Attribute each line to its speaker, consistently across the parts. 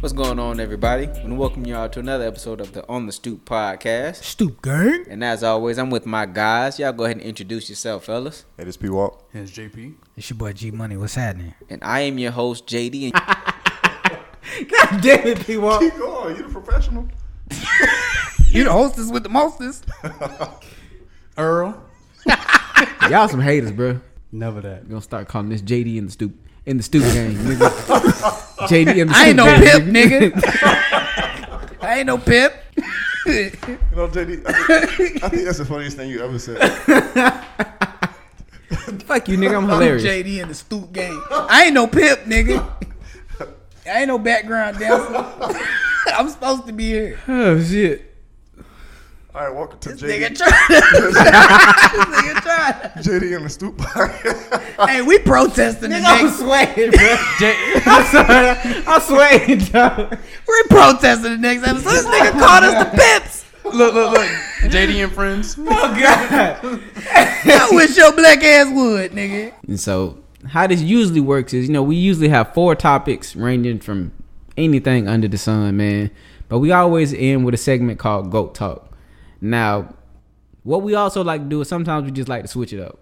Speaker 1: What's going on, everybody? And welcome y'all to another episode of the On the Stoop podcast.
Speaker 2: Stoop gang.
Speaker 1: And as always, I'm with my guys. Y'all go ahead and introduce yourself, fellas.
Speaker 3: Hey, this P Walk.
Speaker 4: It's JP.
Speaker 2: It's your boy G Money. What's happening?
Speaker 1: And I am your host, JD. And
Speaker 2: God damn it, P Walk.
Speaker 3: Keep going. You the professional.
Speaker 2: You the hostess with the mostest.
Speaker 4: Earl.
Speaker 5: Y'all some haters, bro. We're
Speaker 4: Never that.
Speaker 5: gonna start calling this JD in the stoop in the stoop game. Nigga. JD in the stoop
Speaker 2: I ain't no
Speaker 5: game,
Speaker 2: pimp, nigga. I ain't no pimp.
Speaker 3: You know, JD, I think, I think that's the funniest thing you ever said.
Speaker 5: Fuck you, nigga. I'm
Speaker 2: I'm
Speaker 5: hilarious.
Speaker 2: JD in the stoop game. I ain't no pimp, nigga. I ain't no background dancer. I'm supposed to be here.
Speaker 5: oh shit.
Speaker 3: All right, welcome to
Speaker 2: Nigga
Speaker 3: JD,
Speaker 2: trying to. nigga trying to.
Speaker 3: JD and the Stoop podcast.
Speaker 2: Hey, we protesting the
Speaker 5: I'm
Speaker 2: next.
Speaker 5: sweating, bro. I'm sorry. I'm sweating, dog.
Speaker 2: We protesting the next episode. This nigga called us the pimps.
Speaker 4: Look, look, look. JD and friends.
Speaker 5: Oh god.
Speaker 2: I wish your black ass would, nigga.
Speaker 5: And so, how this usually works is, you know, we usually have four topics ranging from anything under the sun, man. But we always end with a segment called Goat Talk. Now, what we also like to do is sometimes we just like to switch it up.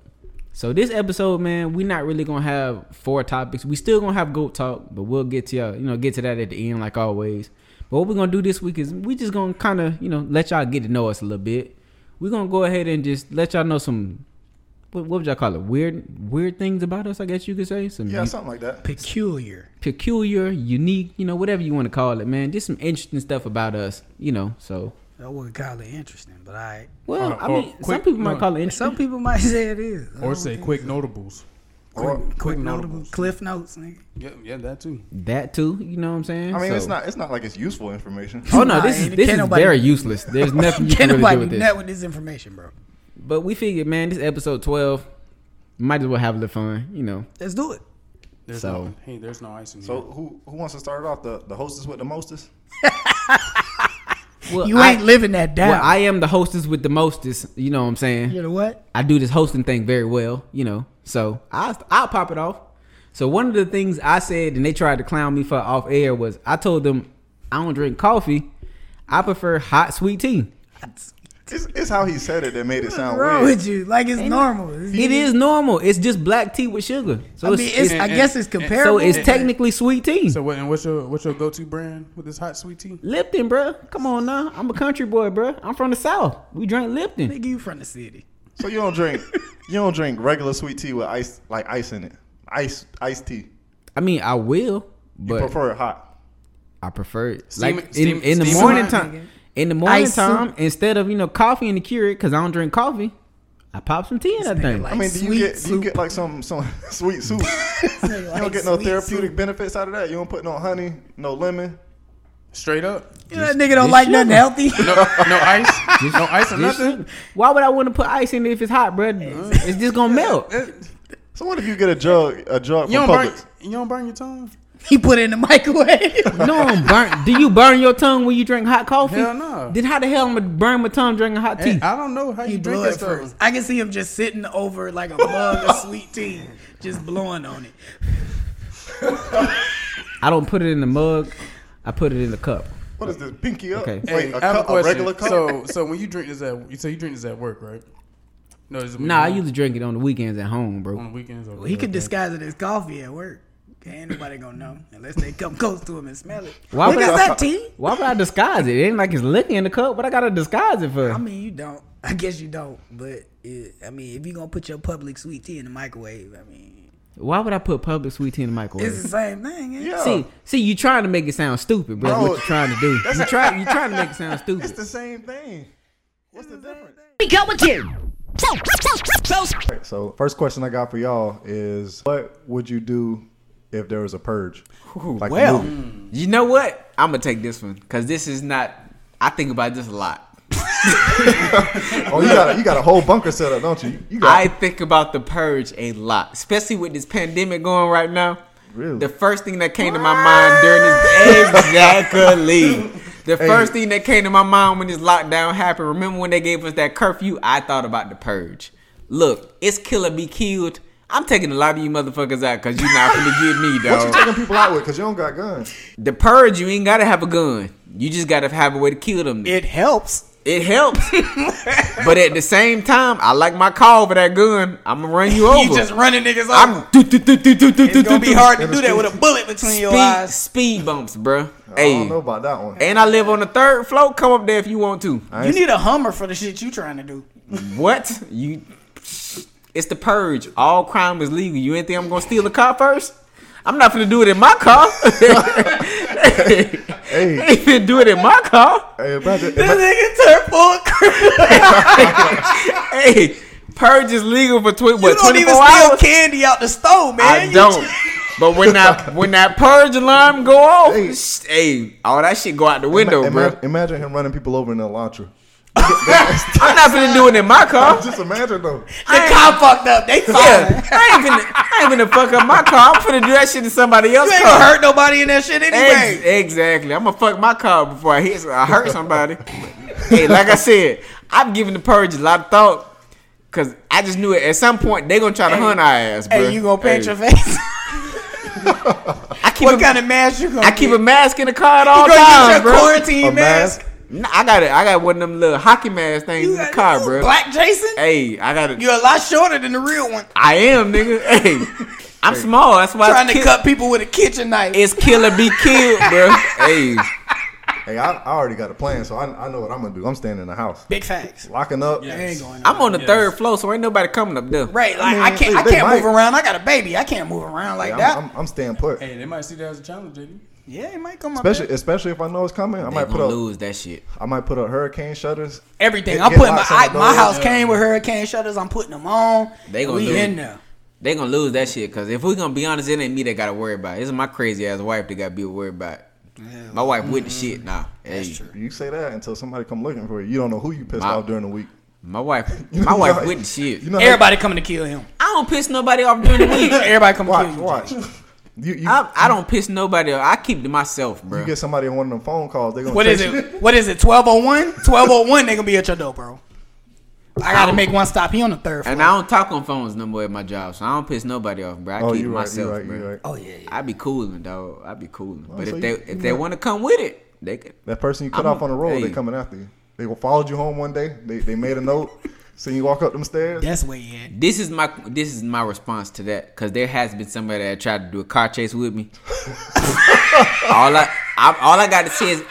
Speaker 5: So this episode, man, we're not really gonna have four topics. We still gonna have goat talk, but we'll get to y'all, you know, get to that at the end, like always. But what we're gonna do this week is we just gonna kind of, you know, let y'all get to know us a little bit. We're gonna go ahead and just let y'all know some, what, what would y'all call it? Weird, weird things about us, I guess you could say. Some
Speaker 3: yeah,
Speaker 5: u-
Speaker 3: something like that.
Speaker 2: Peculiar.
Speaker 5: peculiar, unique, you know, whatever you want to call it, man. Just some interesting stuff about us, you know. So,
Speaker 2: I wouldn't call it interesting, but I.
Speaker 5: well,
Speaker 4: Uh,
Speaker 5: I
Speaker 4: or
Speaker 5: mean, some
Speaker 4: quick-
Speaker 5: people might
Speaker 4: no.
Speaker 5: call it interesting.
Speaker 2: Some people might say it is. I
Speaker 4: Or
Speaker 2: don't
Speaker 4: say
Speaker 2: think
Speaker 4: quick
Speaker 2: so.
Speaker 4: notables.
Speaker 3: Or,
Speaker 2: quick,
Speaker 4: quick
Speaker 2: notable
Speaker 4: notables.
Speaker 2: cliff notes, nigga.
Speaker 4: Yeah, yeah, that too.
Speaker 5: That too, you know what I'm saying?
Speaker 3: I mean, it's
Speaker 5: So-
Speaker 3: not. It's not like it's useful information.
Speaker 5: Oh no,
Speaker 2: Nah,
Speaker 5: this is
Speaker 2: ain't-
Speaker 5: this is
Speaker 2: can't nobody-
Speaker 5: very useless. There's nothing you can
Speaker 2: Can't
Speaker 5: really
Speaker 2: nobody
Speaker 5: do with
Speaker 2: do
Speaker 5: this.
Speaker 2: that with this information, bro.
Speaker 5: But we figured, man, this episode twelve might as well have a little fun, you know.
Speaker 2: Let's do it.
Speaker 4: There's
Speaker 5: So-
Speaker 4: no, hey, there's no ice in here.
Speaker 3: So, who who wants to start off? The the hostess with the mostest.
Speaker 5: Well,
Speaker 2: You
Speaker 5: I,
Speaker 2: ain't living that down.
Speaker 5: well, I am the hostess with the mostest. You know what I'm saying?
Speaker 2: you know what?
Speaker 5: I do this hosting thing very well, you know. So I I'll pop it off. So one of the things I said, and they tried to clown me for off air, was I told them I don't drink coffee. I prefer hot sweet tea.
Speaker 3: It's, it's how he said it that made it
Speaker 2: What's
Speaker 3: sound
Speaker 2: wrong
Speaker 3: weird.
Speaker 2: with you? Like it's normal. It's-
Speaker 5: It is normal. It's just black tea with sugar. So
Speaker 2: I mean,
Speaker 5: it's,
Speaker 2: it's,
Speaker 5: it's-
Speaker 2: I
Speaker 4: and-
Speaker 2: guess it's
Speaker 4: and- so
Speaker 2: comparable.
Speaker 5: so it's
Speaker 2: but-
Speaker 5: technically sweet tea.
Speaker 4: So what? And what's your what's your go to brand with this hot sweet tea?
Speaker 5: Lipton, bruh. Come on now. I'm a country boy, bruh. I'm from the South. We drink Lipton.
Speaker 2: Nigga, you from the city?
Speaker 3: So you don't drink. You don't drink regular sweet tea with ice like ice in it. Ice iced tea.
Speaker 5: I mean, I
Speaker 3: You
Speaker 5: will, but
Speaker 3: prefer it hot.
Speaker 5: I prefer it.
Speaker 4: Steam-
Speaker 5: like
Speaker 4: steam-
Speaker 5: in, in the
Speaker 4: steam
Speaker 5: morning
Speaker 4: it.
Speaker 5: time. In the morning
Speaker 2: Ice
Speaker 5: time,
Speaker 2: soup.
Speaker 5: instead of you know coffee in the Keurig, because I don't drink coffee, I pop some tea in that
Speaker 2: nigga
Speaker 5: thing.
Speaker 2: like-
Speaker 3: I mean, do you
Speaker 2: sweet
Speaker 3: get do you
Speaker 2: soup.
Speaker 3: get like some some sweet soup?
Speaker 2: you
Speaker 3: You don't get no therapeutic benefits out of that. You don't put no honey, no lemon.
Speaker 4: Straight up.
Speaker 2: You know that nigga
Speaker 5: just
Speaker 2: don't like nothing
Speaker 5: sugar.
Speaker 2: healthy.
Speaker 4: No, no ice. no ice or
Speaker 5: This
Speaker 4: nothing.
Speaker 5: shit- Why would I want to put ice in it if it's hot, bruh? It's just gonna melt.
Speaker 3: So what if you get a jug a jug
Speaker 4: Eh, You
Speaker 3: from
Speaker 4: don't burn.
Speaker 3: Publix?
Speaker 4: You don't burn your tongue.
Speaker 2: he put it in the microwave.
Speaker 5: No, I'm burn. Do you burn your tongue when you drink hot coffee?
Speaker 4: Hell no.
Speaker 5: Then how the hell I'm gonna burn my tongue drinking hot tea?
Speaker 4: Hey, I don't know how
Speaker 2: He
Speaker 4: you
Speaker 2: blew
Speaker 4: drink
Speaker 2: it
Speaker 4: this stuff.
Speaker 2: first. I can see him just sitting over like a mug of sweet tea, just blowing on it.
Speaker 5: I don't put it in the mug. I put it in the cup.
Speaker 3: What is this? Pinky up?
Speaker 5: Okay.
Speaker 3: Wait,
Speaker 4: Hey,
Speaker 3: a,
Speaker 4: I have a
Speaker 3: cup, a
Speaker 4: question.
Speaker 3: regular cup?
Speaker 4: So, so when you drink this at you say you drink this at work, right? No, it's when
Speaker 5: Nah, I
Speaker 4: you-
Speaker 5: usually drink it on the weekends at home, bro.
Speaker 4: on the
Speaker 3: Mm.
Speaker 4: weekends. Or
Speaker 2: Well, he could disguise it as coffee at work. Ain't nobody gonna know unless they come close to him and smell it.
Speaker 5: Why
Speaker 2: Nigga,
Speaker 5: would
Speaker 2: is
Speaker 5: I-
Speaker 2: that tea?
Speaker 5: Why would I disguise it? It ain't like it's liquor in the cup. What I gotta disguise it
Speaker 2: I
Speaker 5: for?
Speaker 2: mean, you don't. I guess you don't. But it, I mean, if you gonna put your public sweet tea in the microwave, I mean,
Speaker 5: Why would I put public sweet tea in the
Speaker 2: it's the
Speaker 5: microwave?
Speaker 2: same thing. ain't it?
Speaker 3: Yeah.
Speaker 5: See, see, you trying to make it sound stupid, bro.
Speaker 3: Bro,
Speaker 5: what you trying to do?
Speaker 3: that's
Speaker 5: You
Speaker 3: a-
Speaker 5: try, you trying to make it sound
Speaker 3: It's
Speaker 5: stupid.
Speaker 3: the same thing. What's the difference?
Speaker 6: we go again. So, so, so,
Speaker 3: Alright, So first question I got for y'all is what would you do if there was a purge? Like the
Speaker 5: well,
Speaker 3: movie.
Speaker 5: you know what? I'm gonna take this one because this is not. I think about this a lot.
Speaker 3: Oh you got a, you got a whole bunker set up, don't you? You got
Speaker 5: I think about the purge a lot, especially with this pandemic going right now.
Speaker 3: Really?
Speaker 5: The first thing that came to my mind during this exactly. The first thing that came to my mind when this lockdown happened. Remember when they gave us that curfew? I thought about the purge. Look, it's kill or be killed. I'm taking a lot of you motherfuckers out because you're not gonna get me,
Speaker 3: What you
Speaker 5: dog.
Speaker 3: taking people out with? Cause you don't got guns.
Speaker 5: The purge, you ain't gotta have a gun. You just gotta have a way to kill them. It,
Speaker 2: It helps.
Speaker 5: helps, but at the same time, I like my call for that gun. I'm gonna run you over.
Speaker 2: You just running niggas over.
Speaker 5: I'm do, do, do, do, do, do,
Speaker 2: it's gonna be hard to
Speaker 3: And
Speaker 2: do
Speaker 3: it's
Speaker 2: that with a bullet between your
Speaker 5: Speed,
Speaker 2: eyes.
Speaker 5: speed bumps, bruh.
Speaker 3: I don't know
Speaker 5: Hey,
Speaker 3: about that one.
Speaker 5: and I live on the third floor. Come up there if you want to.
Speaker 3: I
Speaker 2: You
Speaker 3: ain't-
Speaker 2: need a Hummer for the shit you trying to do.
Speaker 5: What you? It's the purge. All crime is legal. You ain't think I'm gonna steal a car first? I'm not gonna do it in my car.
Speaker 3: Hey.
Speaker 5: I ain't finna do it in my car.
Speaker 3: Hey, imagine,
Speaker 2: This
Speaker 3: ima-
Speaker 2: nigga turned full criminal.
Speaker 5: Hey, purge is legal for twi-
Speaker 2: You
Speaker 5: what,
Speaker 2: don't
Speaker 5: 24
Speaker 2: even steal
Speaker 5: hours.
Speaker 2: candy out the store, man.
Speaker 5: I don't. But when that when that purge alarm go off,
Speaker 3: Hey.
Speaker 5: sh- hey, all that shit go out the window,
Speaker 3: ima-
Speaker 5: bro.
Speaker 3: imagine him running people over in an Elantra.
Speaker 5: I'm not gonna do it in my car.
Speaker 3: Just imagine though.
Speaker 2: the cop fucked up. They fine.
Speaker 5: Yeah, I ain't gonna I ain't gonna fuck up my car. I'm gonna do that shit to somebody
Speaker 2: You
Speaker 5: else's
Speaker 2: ain't
Speaker 5: car.
Speaker 2: gonna hurt nobody in that shit anyway.
Speaker 5: Ex- exactly. I'm gonna fuck my car before I hit. I hurt somebody. hey, like I said, I've given the purge a lot of thought because I just knew it. At some point, they gonna try to hunt our ass. Bro.
Speaker 2: Hey, you gonna paint
Speaker 5: Hey,
Speaker 2: your face?
Speaker 5: I keep
Speaker 2: what
Speaker 5: a,
Speaker 2: kind of mask you gonna?
Speaker 5: I keep
Speaker 2: get?
Speaker 5: a mask in the car at
Speaker 2: You
Speaker 5: all
Speaker 2: gonna use
Speaker 5: times,
Speaker 2: your
Speaker 5: bro.
Speaker 2: quarantine
Speaker 3: A
Speaker 2: mask?
Speaker 3: mask.
Speaker 5: Nah, I got it. I got one of them little hockey mask things
Speaker 2: You
Speaker 5: in the
Speaker 2: got-
Speaker 5: car,
Speaker 2: you
Speaker 5: bro.
Speaker 2: Black Jason?
Speaker 5: Hey, I got it.
Speaker 2: You're a lot shorter than the real one.
Speaker 5: I am, nigga. Hey, I'm small. That's why
Speaker 2: Trying
Speaker 5: it's,
Speaker 2: to
Speaker 5: kill-
Speaker 2: cut people with a kitchen knife.
Speaker 5: it's kill or be killed, bro. hey,
Speaker 3: Hey, I, I already got a plan, so I, I know what I'm gonna do. I'm staying in the house,
Speaker 2: Big facts.
Speaker 3: locking up.
Speaker 2: I ain't going.
Speaker 5: I'm on the third floor, so ain't nobody coming up there.
Speaker 2: Right, like I,
Speaker 3: I mean,
Speaker 2: can't, I
Speaker 3: they- they
Speaker 2: can't move
Speaker 3: might.
Speaker 2: around. I got a baby. I can't move around like
Speaker 3: Yeah,
Speaker 2: that.
Speaker 3: I'm, I'm, I'm staying put.
Speaker 4: Hey, they might see that as a challenge, JD.
Speaker 2: yeah, it might come up.
Speaker 3: Especially, especially if I know it's coming, I
Speaker 5: I
Speaker 3: might put
Speaker 5: gonna
Speaker 3: up.
Speaker 5: lose that shit.
Speaker 3: I might put up hurricane shutters.
Speaker 2: everything.
Speaker 3: Get-
Speaker 2: I'm
Speaker 3: get
Speaker 2: putting my
Speaker 3: locks on
Speaker 2: I,
Speaker 3: the
Speaker 2: my
Speaker 3: doors.
Speaker 2: house came with hurricane shutters. I'm putting them on.
Speaker 5: They gonna
Speaker 2: we
Speaker 5: do it.
Speaker 2: in there.
Speaker 5: They gonna lose that shit because if we gonna be honest, it ain't me that gotta worry about it. It's my crazy ass wife that gotta be worried about. it. my wife with the
Speaker 2: Mm.
Speaker 5: shit. Nah, hey,
Speaker 3: You say that until somebody come looking for you. You don't know who you pissed
Speaker 5: My-
Speaker 3: off during the week.
Speaker 5: my wife,
Speaker 3: You
Speaker 5: my
Speaker 3: know
Speaker 5: wife
Speaker 3: how-
Speaker 5: with the shit.
Speaker 3: You know how-
Speaker 2: Everybody coming to kill him.
Speaker 5: I don't piss nobody off during the week.
Speaker 2: Everybody coming to kill
Speaker 3: watch,
Speaker 2: you.
Speaker 3: watch. You, you,
Speaker 5: I, I don't piss nobody off. I keep to myself, bro.
Speaker 3: you get somebody on one of them phone calls. They gonna
Speaker 2: What is
Speaker 3: chase you.
Speaker 2: it? What is it? 1201? 1201, they gonna be at your door, bro. I gotta make one stop. He on the third floor.
Speaker 5: and I don't talk on phones no more at my job, so I don't piss nobody off, bro. I
Speaker 3: Oh,
Speaker 5: keep to
Speaker 3: you right, you
Speaker 5: myself,
Speaker 3: right,
Speaker 5: bro.
Speaker 3: you right. Oh,
Speaker 2: oh yeah, yeah.
Speaker 5: I be cooling, dog. I be cooling. but
Speaker 3: so
Speaker 5: if
Speaker 3: you-
Speaker 5: they
Speaker 3: you
Speaker 5: if they
Speaker 3: right.
Speaker 5: want to come with it, they can.
Speaker 3: That person you cut
Speaker 5: I'm-
Speaker 3: off on the road,
Speaker 5: hey.
Speaker 3: they coming after you. They followed you home one day. They they made a note, seen you walk up them stairs.
Speaker 2: That's where you at.
Speaker 5: This is my this is my response to that because there has been somebody that tried to do a car chase with me. all I, I all I got to say is,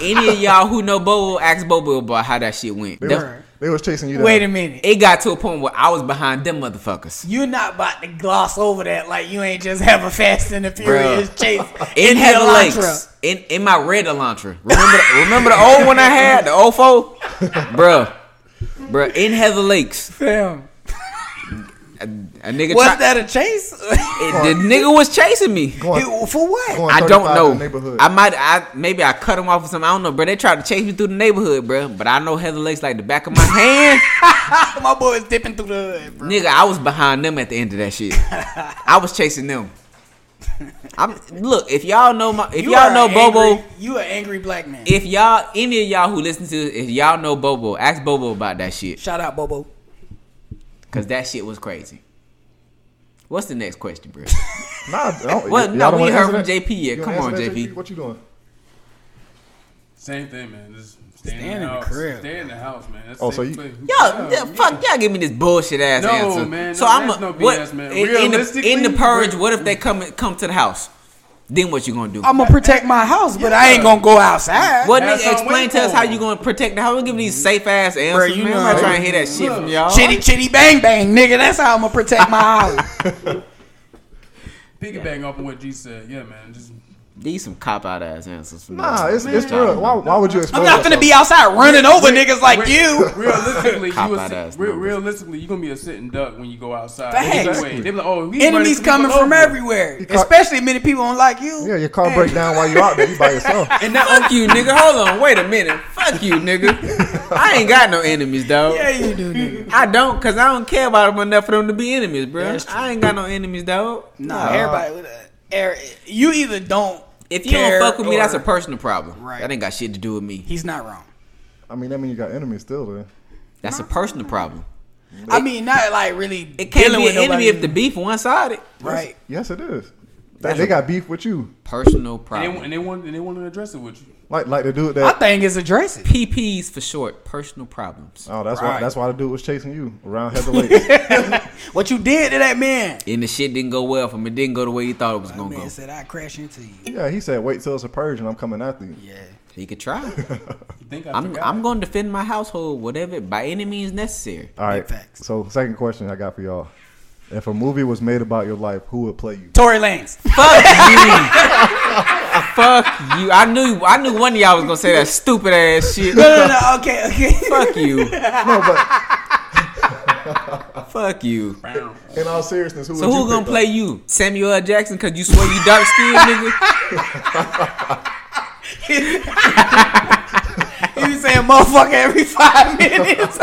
Speaker 5: any of y'all who know Bobo, ask Bobo about how that shit went.
Speaker 3: They,
Speaker 5: That-
Speaker 3: was, they was chasing you.
Speaker 2: Wait a
Speaker 3: down.
Speaker 2: minute.
Speaker 5: it got to a point where I was behind them motherfuckers.
Speaker 2: You're not about to gloss over that like you ain't just have a fast and the furious chase
Speaker 5: In
Speaker 2: the
Speaker 5: Heather Lakes,
Speaker 2: Elantra.
Speaker 5: in in my red Elantra. Remember, the, remember the old one I had, the old foe, bruh, bruh. In Heather Lakes,
Speaker 2: Damn.
Speaker 5: a, a nigga.
Speaker 2: Was
Speaker 5: tri-
Speaker 2: that a chase?
Speaker 5: the nigga was chasing me.
Speaker 3: Going-
Speaker 2: For what?
Speaker 3: going
Speaker 5: I
Speaker 3: 35 in
Speaker 5: don't
Speaker 3: the
Speaker 5: know.
Speaker 3: neighborhood.
Speaker 5: I might. I maybe I cut him off or something. I don't know, bro. They tried to chase me through the neighborhood, bro. But I know Heather Lake's like the back of my hand,
Speaker 2: My boy is dipping through the hood, bro.
Speaker 5: nigga. I was behind them at the end of that shit. I was chasing them. I'm look. If y'all know my, if
Speaker 2: You
Speaker 5: y'all
Speaker 2: are
Speaker 5: know
Speaker 2: an
Speaker 5: Bobo,
Speaker 2: angry- You an angry black man.
Speaker 5: if y'all any of y'all who listen to, this, if y'all know Bobo, ask Bobo about that shit,
Speaker 2: Shout out Bobo.
Speaker 5: cause that shit was crazy. What's the next question, bro?
Speaker 3: Nah, I don't,
Speaker 5: Well,
Speaker 3: y'all
Speaker 5: no,
Speaker 3: don't
Speaker 5: we
Speaker 3: wanna
Speaker 5: heard
Speaker 3: answer
Speaker 5: from
Speaker 3: that?
Speaker 5: JP yet.
Speaker 3: You
Speaker 5: Come
Speaker 3: wanna
Speaker 5: on,
Speaker 3: answer that,
Speaker 5: JP.
Speaker 3: What you doing?
Speaker 4: Same thing, man. Just stay,
Speaker 2: Stay
Speaker 4: in
Speaker 2: in
Speaker 4: the
Speaker 2: the
Speaker 4: house.
Speaker 2: crib.
Speaker 4: Stay in the house, man. That's
Speaker 3: Oh,
Speaker 4: safe
Speaker 3: so you-
Speaker 4: place.
Speaker 5: Y'all, yeah, fuck, y'all give me this bullshit ass
Speaker 4: No,
Speaker 5: answer.
Speaker 4: man,
Speaker 5: so
Speaker 4: no,
Speaker 5: I'm
Speaker 4: that's
Speaker 5: a,
Speaker 4: no
Speaker 5: what
Speaker 4: BS, man.
Speaker 5: in- in, the, in the
Speaker 4: Realistically,
Speaker 5: purge.
Speaker 4: we're-
Speaker 5: What if they come come to the house? Then what you gonna do?
Speaker 2: I'm gonna protect my house, but I ain't gonna go outside.
Speaker 5: what
Speaker 4: Have
Speaker 5: nigga
Speaker 4: some Mm-hmm.
Speaker 5: explain to
Speaker 4: weight
Speaker 5: us how
Speaker 4: on.
Speaker 5: you gonna protect the house? Don't Give me these safe ass answers,
Speaker 2: you
Speaker 5: man. I'm
Speaker 2: know-
Speaker 5: not trying to hear that shit from y'all.
Speaker 2: Chitty chitty bang bang, nigga. That's how I'm gonna protect my house.
Speaker 4: Piggyback off of what G said. Yeah, man. Just
Speaker 5: These some cop out ass answers. From
Speaker 3: Nah,
Speaker 5: y'all.
Speaker 3: it's it's
Speaker 5: Y'all
Speaker 3: real. Why, why would you expose
Speaker 2: I'm not gonna
Speaker 3: yourself?
Speaker 2: be outside running over niggas like
Speaker 4: Re-
Speaker 2: you.
Speaker 4: Realistically, you
Speaker 5: Cop
Speaker 4: was,
Speaker 5: out ass
Speaker 4: re-
Speaker 5: numbers.
Speaker 4: realistically, you gonna be a sitting duck when you go outside.
Speaker 2: Facts.
Speaker 4: Anyway, they be like, oh, he's running
Speaker 2: Enemies
Speaker 4: people
Speaker 2: coming from
Speaker 4: over.
Speaker 2: everywhere,
Speaker 3: caught-
Speaker 2: especially many people don't like you.
Speaker 3: Yeah, your car break down while you out there. You by yourself.
Speaker 5: And now, fuck you, nigga. Hold on, wait a minute. Fuck you, nigga. I ain't got no enemies, dog.
Speaker 2: Yeah, you do, nigga.
Speaker 5: I don't, cause I don't care about them enough for them to be enemies, bro. I ain't got no enemies, dog.
Speaker 2: Nah, everybody. with that. Er- You either don't.
Speaker 5: If you don't
Speaker 2: care
Speaker 5: fuck with me, that's a
Speaker 2: or-
Speaker 5: personal problem.
Speaker 2: Right.
Speaker 5: That ain't got shit to do with me.
Speaker 2: He's not wrong.
Speaker 3: I mean, that mean you got enemies still. Then
Speaker 5: That's a personal problem.
Speaker 2: I mean, not like really.
Speaker 5: It can't
Speaker 2: dealing
Speaker 5: be
Speaker 2: with
Speaker 5: an enemy
Speaker 2: nobody.
Speaker 5: if the beef one sided.
Speaker 2: right.
Speaker 3: Yes, it is. They, they got beef with you,
Speaker 5: Personal
Speaker 4: And they,
Speaker 5: problem.
Speaker 4: and they want and they want to address it with you.
Speaker 3: like like the dude
Speaker 2: I
Speaker 3: that.
Speaker 2: think it's addressing.
Speaker 5: PPs for short. Personal problems.
Speaker 3: Oh, that's why
Speaker 2: Right.
Speaker 3: that's why the dude was chasing you around heavyweight.
Speaker 2: What you did to that man?
Speaker 5: And the shit didn't go well for him. It didn't go the way he thought it was
Speaker 2: That
Speaker 5: gonna
Speaker 2: man
Speaker 5: go.
Speaker 2: said I crash into you.
Speaker 3: yeah, he said, "Wait till it's a purge, and I'm coming after you."
Speaker 2: Yeah.
Speaker 5: He could try.
Speaker 4: You think I
Speaker 5: I'm
Speaker 4: forgot.
Speaker 5: I'm gonna defend my household, whatever, by any means necessary.
Speaker 3: All right.
Speaker 2: Facts.
Speaker 3: So, second question I got for y'all: If a movie was made about your life, who would play you?
Speaker 2: Tory Lanez.
Speaker 5: Fuck you. Fuck you. I knew I knew one of y'all was gonna say that stupid ass shit.
Speaker 2: No, no, no. Okay, okay.
Speaker 5: Fuck you.
Speaker 3: No, but
Speaker 5: Fuck you.
Speaker 3: in all seriousness, who
Speaker 5: So
Speaker 3: would
Speaker 5: who
Speaker 3: you
Speaker 5: gonna
Speaker 3: pick,
Speaker 5: play you? Samuel L. Jackson? Cause you swear you dark skinned nigga.
Speaker 2: You be saying motherfucker every five minutes.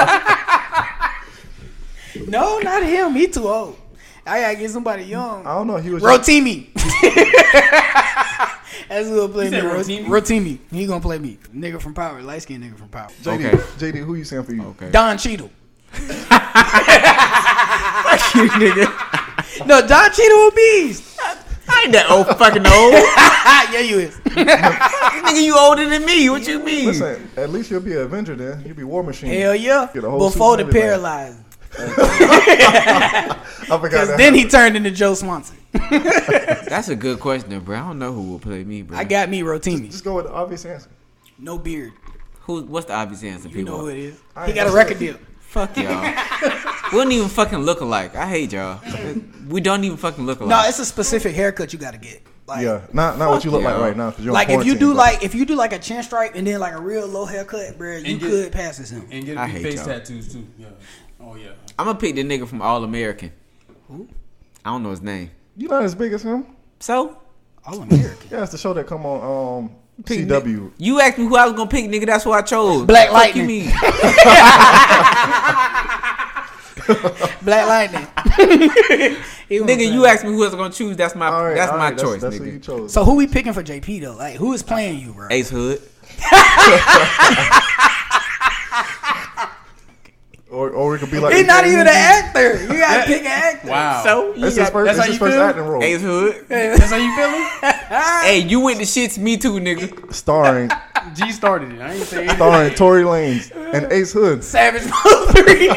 Speaker 2: no, not him. He too old. I gotta get somebody young.
Speaker 3: though? I don't know. He was
Speaker 2: Rotimi. That's who gonna play me.
Speaker 4: said
Speaker 2: Rotimi. Rotimi. He gonna play me. Nigga from Power. Light skinned nigga from Power.
Speaker 3: JD.
Speaker 5: Okay.
Speaker 3: JD, who you saying for you? Okay.
Speaker 2: Don Cheadle.
Speaker 5: you nigga.
Speaker 2: No, Don Cheadle will beast.
Speaker 5: I ain't that old fucking old.
Speaker 2: yeah, you is.
Speaker 5: nigga, you older than me. What you mean?
Speaker 3: Listen, at least you'll be an Avenger then. You'll be War Machine.
Speaker 2: Hell yeah.
Speaker 3: Get a whole
Speaker 2: Before
Speaker 3: suit and
Speaker 2: the
Speaker 3: everything.
Speaker 2: paralyzed.
Speaker 3: I forgot
Speaker 2: Because
Speaker 3: that.
Speaker 2: then he turned into Joe Swanson.
Speaker 5: That's a good question, bro. I don't know who will play me, bro.
Speaker 2: I got me Rotimi.
Speaker 3: Just go with the obvious answer.
Speaker 2: No beard.
Speaker 5: who? What's the obvious answer,
Speaker 2: You
Speaker 5: people?
Speaker 2: know who it is.
Speaker 3: I
Speaker 2: He
Speaker 3: ain't
Speaker 2: got a
Speaker 3: gonna
Speaker 2: record
Speaker 3: say.
Speaker 2: deal.
Speaker 5: Fuck y'all. we don't even fucking look alike. I hate y'all. We don't even fucking look alike.
Speaker 2: No, it's a specific haircut you gotta get. Like,
Speaker 3: Yeah, not not what you look
Speaker 5: yeah.
Speaker 3: like right now. 'cause you're on
Speaker 2: Like if you
Speaker 3: quarantine,
Speaker 2: do
Speaker 3: bro.
Speaker 2: like if you do like a chin stripe and then like a real low haircut, bro, you
Speaker 4: get-
Speaker 2: could pass as him.
Speaker 4: and get
Speaker 5: I
Speaker 4: big
Speaker 5: hate
Speaker 4: face
Speaker 5: y'all.
Speaker 4: tattoos too. Yeah. Oh yeah.
Speaker 5: I'm gonna pick the nigga from All American. I don't know his name.
Speaker 3: you're not as big as him.
Speaker 5: So
Speaker 2: All American.
Speaker 3: Yeah, it's the show that come on um,
Speaker 5: pick
Speaker 3: CW.
Speaker 5: ni- you asked me who I was gonna pick, nigga. That's who I chose.
Speaker 2: Black
Speaker 5: Fuck you
Speaker 2: Lightning.
Speaker 5: mean?
Speaker 2: Black Lightning. He was
Speaker 5: nigga, you
Speaker 2: black.
Speaker 5: asked me who I was gonna choose. That's my
Speaker 3: All right,
Speaker 5: that's
Speaker 3: all
Speaker 5: my
Speaker 3: right,
Speaker 5: choice,
Speaker 3: That's, that's what you
Speaker 5: nigga.
Speaker 3: chose.
Speaker 2: So who we picking for JP though? Like who is playing you, bro?
Speaker 5: Ace Hood.
Speaker 3: or, or it could be like
Speaker 2: He's not even an actor. You gotta pick an actor.
Speaker 4: Wow.
Speaker 5: So you
Speaker 3: It's his
Speaker 5: got
Speaker 3: first,
Speaker 4: that's
Speaker 3: it's
Speaker 4: how
Speaker 3: his first
Speaker 4: you feel?
Speaker 3: acting role,
Speaker 5: Ace Hood.
Speaker 4: That's how you feeling?
Speaker 5: hey, you went to shits. Me too, nigga.
Speaker 3: starring
Speaker 4: G started it. I ain't saying anything.
Speaker 3: starring Tory Lanez and Ace Hood.
Speaker 2: Savage Mode 3.